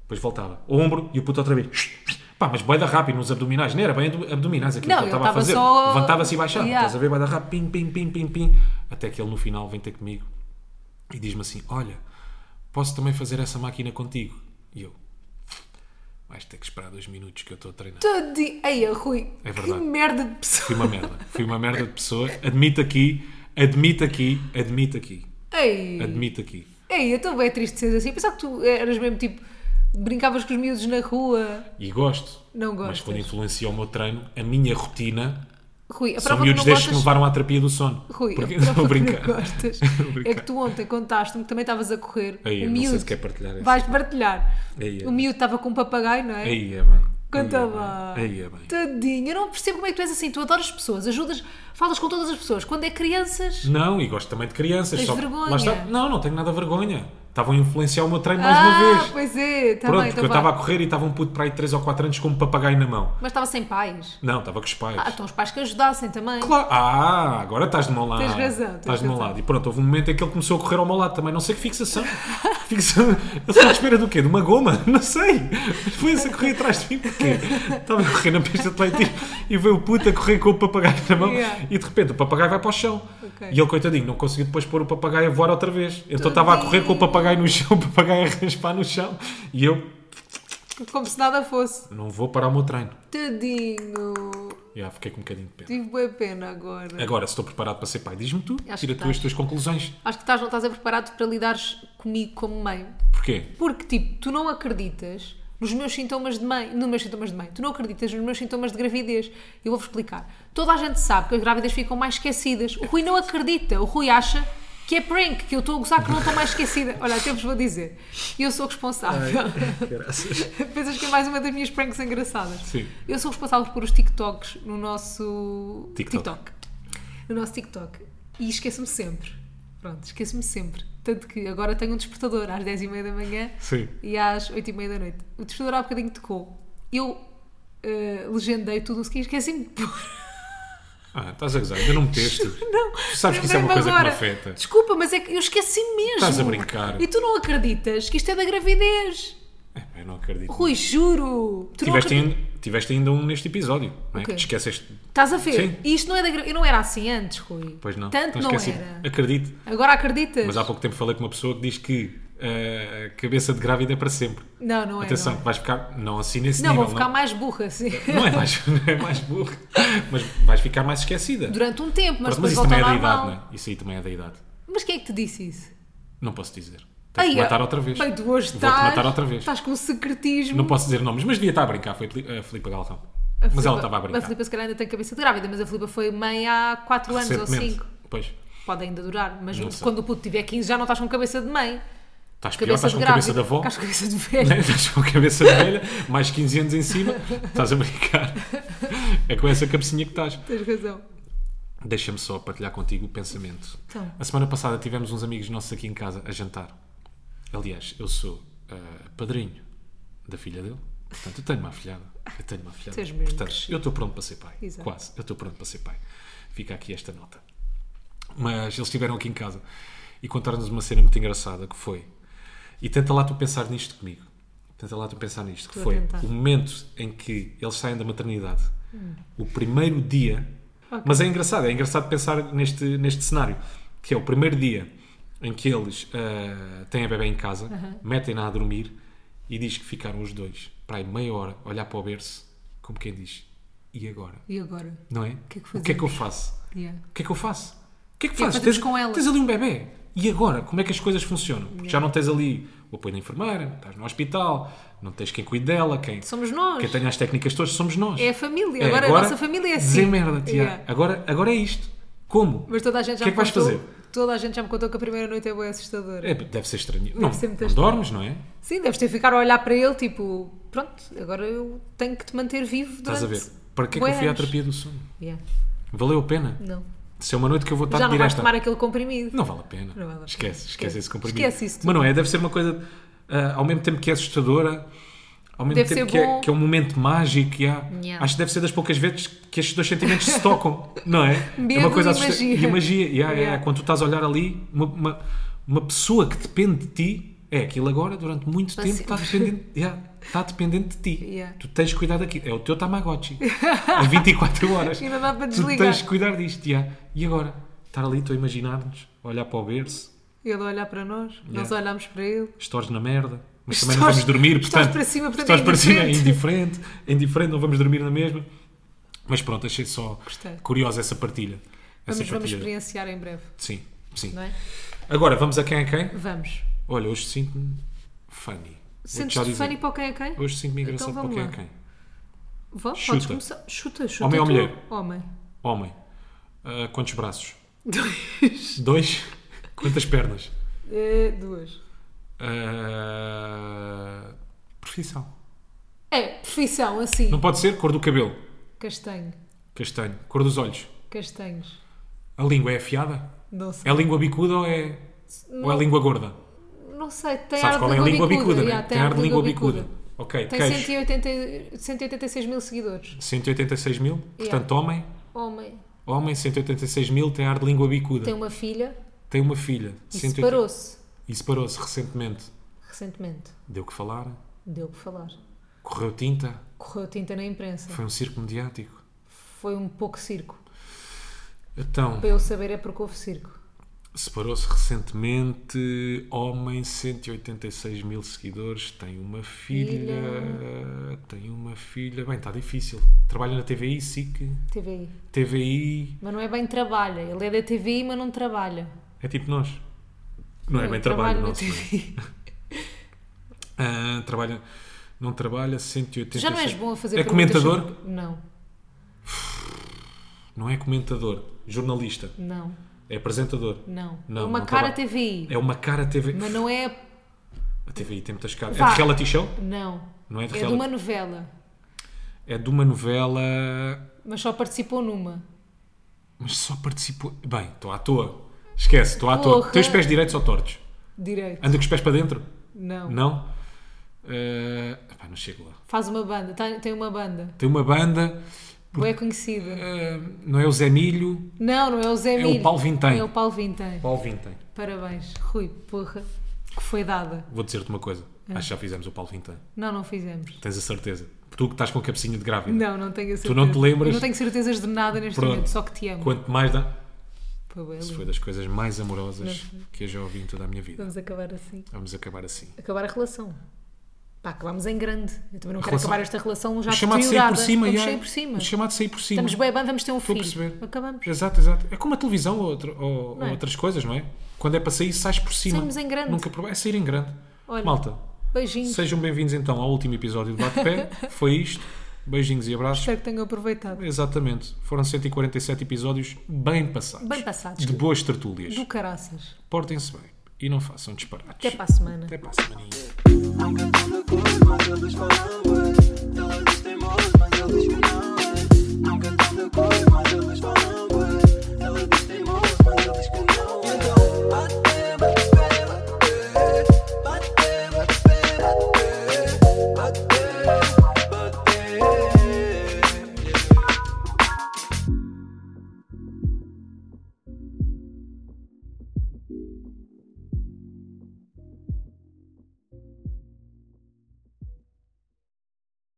Depois voltava. Ombro e o puto outra vez. Pá, mas boida rápido nos abdominais. Não era bem abdo- abdominais aquilo Não, que ele ele estava estava a fazer. só- Levantava-se e baixava. Yeah. Estás a ver, boida rápido. Pim, pim, pim, pim, pim. Até que ele no final vem ter comigo e diz-me assim, olha, posso também fazer essa máquina contigo? E eu... Vais ter que esperar dois minutos que eu estou a treinar. Todo dia. Eia, Rui. É que verdade. merda de pessoa. Fui uma merda. Fui uma merda de pessoa. Admito aqui, admito aqui, admito aqui, [laughs] Ei. admito aqui. Ei, eu estou bem triste de ser assim. Eu Pensava que tu eras mesmo tipo. Brincavas com os miúdos na rua. E gosto. Não Mas gostas. quando influencia o meu treino, a minha rotina, Rui, a são prova que não miúdos destes que me gostas. levaram à terapia do sono. Rui, [laughs] Porque a prova que não brincar. não [laughs] gostas. Vou brincar. é que tu ontem contaste-me que também estavas a correr. o Ei, eu não miúdo. sei se quer partilhar essa. Vais partilhar. Ei, é. o miúdo estava com um papagaio, não é? Aí é bem. Conta Aí é bem. lá. Aí é bem. Tadinho, eu não percebo como é que tu és assim. Tu adoras pessoas, ajudas, falas com todas as pessoas. Quando é crianças. Não, e gosto também de crianças. Tens só que- vergonha? Lá está. Não, não tenho nada de vergonha. Estavam a influenciar o meu treino mais ah, uma vez. pois é, está Pronto, bem, porque então eu vá. estava a correr e estava um puto para aí de 3 ou 4 anos com um papagaio na mão. Mas estava sem pais. Não, estava com os pais. Ah, então os pais que ajudassem também. Claro. Ah, agora estás de meu lado. Tens razão, tens Estás de meu razão. lado. E pronto, houve um momento em que ele começou a correr ao meu lado também. Não sei que fixação. [laughs] fixação. Ele estava à espera do quê? De uma goma? [laughs] Não sei. Mas foi esse a correr atrás de mim porquê? Estava a correr na pista de atletismo e veio o puto a correr com o papagaio na mão Yeah. e de repente o papagaio vai para o chão. Ok. E ele, coitadinho, não conseguiu depois pôr o papagaio a voar outra vez. Então estava a correr com o papagaio no chão, [laughs] o papagaio a raspar no chão e eu Como se nada fosse. não vou parar o meu treino. Tadinho. Já fiquei com um bocadinho de pena. Tive boa pena agora. Agora, se estou preparado para ser pai, diz-me tu, Acho tira que tu as estás. tuas conclusões. Acho que estás, não estás a preparado para lidares comigo como mãe. Porquê? Porque, tipo, tu não acreditas nos meus sintomas de mãe, nos meus sintomas de mãe, tu não acreditas nos meus sintomas de gravidez. Eu vou-vos explicar. Toda a gente sabe que as grávidas ficam mais esquecidas. O Rui não acredita, o Rui acha que é prank, que eu estou a gozar que não estou mais esquecida. Olha, até vos vou dizer. Eu sou responsável. [laughs] Pensas que é mais uma das minhas pranks engraçadas. Sim. Eu sou responsável por pôr os TikToks no nosso TikTok. No nosso TikTok. E esqueço-me sempre. Pronto, esqueço-me sempre. Tanto que agora tenho um despertador às 10h30 da manhã Sim. e às 8h30 da noite. O despertador há bocadinho tocou. Eu eh, legendei tudo o que esqueci-me [laughs] de pôr. Ah, estás a gozar, ainda não meteste. Não, Sabes que isso é uma lembrei-me coisa que me afeta. Desculpa, mas é que eu esqueci mesmo. Estás a brincar. E tu não acreditas que isto é da gravidez. É, eu não acredito. Rui, juro. Tu não tiveste, acredi- ainda, tiveste ainda um neste episódio, não é? O quê? Que te esqueceste. Estás a ver? Sim. E isto não é da gra- Eu não era assim antes, Rui. Pois não. Tanto Então não esqueci. era. Acredito. Agora acreditas? Mas há pouco tempo falei com uma pessoa que diz que eh, a cabeça de grávida é para sempre. Não, não é. Atenção, não é. vais ficar. Não assim nesse Não, nível. vou ficar mais burra, assim. Não é mais, não é mais burro, mas vais ficar mais [laughs] esquecida. Durante um tempo, mas Pronto, depois isso também volta é ao da normal. idade, não é? Isso aí também é da idade. Mas quem é que te disse isso? Não posso dizer. Tens que Ai, matar outra vez. Bem, tu hoje Vou-te estás. matar outra vez. Estás com um secretismo. Não posso dizer nomes, mas devia estar a brincar. Foi a Fili- a Filipa Galrão. A Mas ela Filipa- estava a brincar. A Filipa, se calhar, ainda tem cabeça de grávida, mas a Filipa foi mãe há 4 anos ou Recentemente. 5. Pois. Pode ainda durar, mas Não sei. quando o puto tiver 15 já não estás com cabeça de mãe. Estás pior, Cabeça estás de com grávida. cabeça Né? da avó. [laughs] Estás com cabeça de velho. Estás com cabeça de velha, mais 15 anos em cima, estás [laughs] a brincar. É com essa cabecinha que estás. Tens razão. Deixa-me só partilhar contigo o pensamento. Então. A semana passada tivemos uns amigos nossos aqui em casa a jantar. Aliás, eu sou ah, padrinho da filha dele. Portanto, eu tenho uma afilhada. Eu tenho uma afilhada. Tu és mesmo Portanto, crescido. eu estou pronto para ser pai. Exato. Quase. Eu estou pronto para ser pai. Fica aqui esta nota. Mas eles estiveram aqui em casa e contaram-nos uma cena muito engraçada que foi. E tenta lá tu pensar nisto comigo. Tenta lá tu pensar nisto. Que Estou a foi tentar. Hum. o momento em que eles saem da maternidade. O primeiro dia. Ok. Mas é engraçado, é engraçado pensar neste, neste cenário. Que é o primeiro dia em que eles ah, têm a bebê em casa, metem-na a dormir e diz que ficaram os dois para aí meia hora a olhar para o berço, como quem diz. E agora? E agora? Não é? que é que o que é que eu faço? Yeah. O que é que eu faço? O que é que que é que fazes? fazemos Tens, com ela? tens ali um bebê. E agora? Como é que as coisas funcionam? Porque já não tens ali o apoio da enfermeira, estás no hospital, não tens quem cuide dela, quem, Somos nós. quem tenha as técnicas todas, somos nós. É a família. agora, a nossa família é assim. Zé merda, tia. Yeah. Agora, agora é isto. Como? Mas toda a gente já O que é me que vais contou, fazer? Toda a gente já me contou que a primeira noite é boa assustadora. É, deve ser estranho. Não, ser muito não estranho. dormes, não é? Sim, deves ter de ficar a olhar para ele, tipo, pronto, agora eu tenho que te manter vivo Estás durante... a ver? Para que é que bué eu fui à anos. terapia do sono? Yeah. Valeu a pena? Não. Se é uma noite que eu vou estar já de não vais [laughs] direta. tomar aquele comprimido. Não vale a pena. Não vale a pena. Esquece, esquece, Esquece. esse comprimido. Esquece isso tudo. Mas não é, deve ser uma coisa. ah, ao mesmo tempo que é assustadora, ao mesmo Deve tempo ser que é, bom. que é um momento mágico. e há- Yeah. Acho que deve ser das poucas vezes que estes dois sentimentos se tocam, não é? é [laughs] Medo uma coisa e assusta- magia. E magia. Yeah, yeah. Yeah. Quando tu estás a olhar ali, uma, uma, uma pessoa que depende de ti, é aquilo agora, durante muito Para tempo, sempre. [laughs] está dependente, yeah, está dependente de ti. Yeah. Tu tens de cuidar daquilo. É o [laughs] teu Tamagotchi. a 24 horas. E não dá para Tu desligar. tens de cuidar disto, já. E agora? Estar ali, estou a imaginar-nos, a olhar para o berço, Ele a olhar para nós, nós Yeah. olhámos para ele. estores na merda, mas Estás- também não vamos dormir, estás portanto. para cima, portanto, estás é para cima, é indiferente. indiferente, é indiferente, não vamos dormir na mesma. Mas pronto, achei só Gostei. curiosa essa partilha. Vamos, Essa vamos partilha. experienciar em breve, Sim, sim. não é? Agora, vamos a quem é quem? Vamos. Olha, hoje sinto-me funny. Vou-te já Sentes-te dizer. funny para o quem é quem? Hoje sinto-me Então engraçado vamos para lá. quem é quem. Vá, Chuta. podes começar. Chuta, chuta. Homem ou tu. mulher? Homem. [laughs] Homem, ah, quantos braços? Dois. Dois? [laughs] Quantas pernas? É, duas. Ah, profissão. É, profissão, assim. Não pode ser cor do cabelo, Castanho. castanho. Cor dos olhos. Castanhos. A língua é afiada? Não sei. É língua bicuda ou é, ou é língua gorda? Não sei, tem Sabes ar qual de é a língua bicuda, né? yeah, Tem ar de língua bicuda. Ok, Tem queixo. 180, 186 mil seguidores. 186 mil? Portanto, homem. Homem. Homem, 186 mil, tem ar de língua bicuda. Tem Tem, um- uma filha uma filha. e 180 separou-se E separou-se recentemente. recentemente. Deu o que falar. Deu por falar. Correu tinta. Correu tinta na imprensa. Foi um circo mediático. Foi um pouco circo. Então, Para eu saber é porque houve circo. separou-se recentemente. Homem, 186 mil seguidores. Tem uma filha. Tem uma filha. Bem, está difícil. Trabalha na TVI, SIC. TVI. TVI. Mas não é bem trabalha. Ele é da TVI, mas não trabalha. É tipo nós. Não é Eu bem trabalho, na nosso. não é? TVI. Ah, trabalha, não trabalha 180. Já não és bom a fazer É perguntas comentador? sobre- Não, Não é comentador, jornalista, não, é apresentador. não. Não, uma não cara trabalho. TVI. É uma cara TV. Mas não é. A TVI tem muitas caras. Vá. É de reality show? Não. Não é de É de reality. uma novela. É de uma novela, Mas só participou numa. mas só participou. Bem, estou à toa. Esquece, estou à Porra. toa. Tem os pés direitos ou tortos? Direito. Anda com os pés para dentro? Não. Não? Ah, pá, não chego lá. Faz uma banda. Tem, tem uma banda. Tem uma banda, Ou é conhecida. ah, não é o Zé Milho, Não, não é o Zé é Milho. o Paulo Vintém. É o Paulo Vintém. Paulo Vintém. Parabéns. Rui, porra. Que foi dada. Vou dizer-te uma coisa. É. Acho que já fizemos o Paulo Vintém. Não, não fizemos. Tens a certeza. Tu que estás com a cabecinha de grávida. Não, não tenho a certeza. Tu não te lembras? Eu não tenho certezas de nada neste Pronto. momento, só que te amo. Quanto mais dá. Foi bem Isso lindo. foi das coisas mais amorosas que eu já ouvi em toda a minha vida. Vamos acabar assim. Vamos acabar assim. Acabar a relação. Pá, acabamos em grande. Eu também não quero relação- acabar esta relação já o chamado de sair deteriorada. por cima. é? Vamos já. sair por cima. O chamado de sair por cima. Estamos bem, bem, vamos ter um Estou a filho. perceber. Acabamos. Exato, exato. É como a televisão ou, outro- ou- Não é? ou outras coisas, não é? Quando é para sair, sais por cima. Saímos em grande. Nunca prov- É sair em grande. Olha. Malta, Beijinhos. sejam bem-vindos então ao último episódio do [laughs] Bate-Pé. foi isto. Beijinhos e abraços. Espero que tenham aproveitado. Exatamente. Foram 147 episódios bem passados. Bem passados. De boas tertúlias. Do caraças. Portem-se bem e não façam disparates. Até para a semana. Até para a semaninha. Aunque tanto cool, mas eles falavam. Elas têm mais, mas eles não. uh,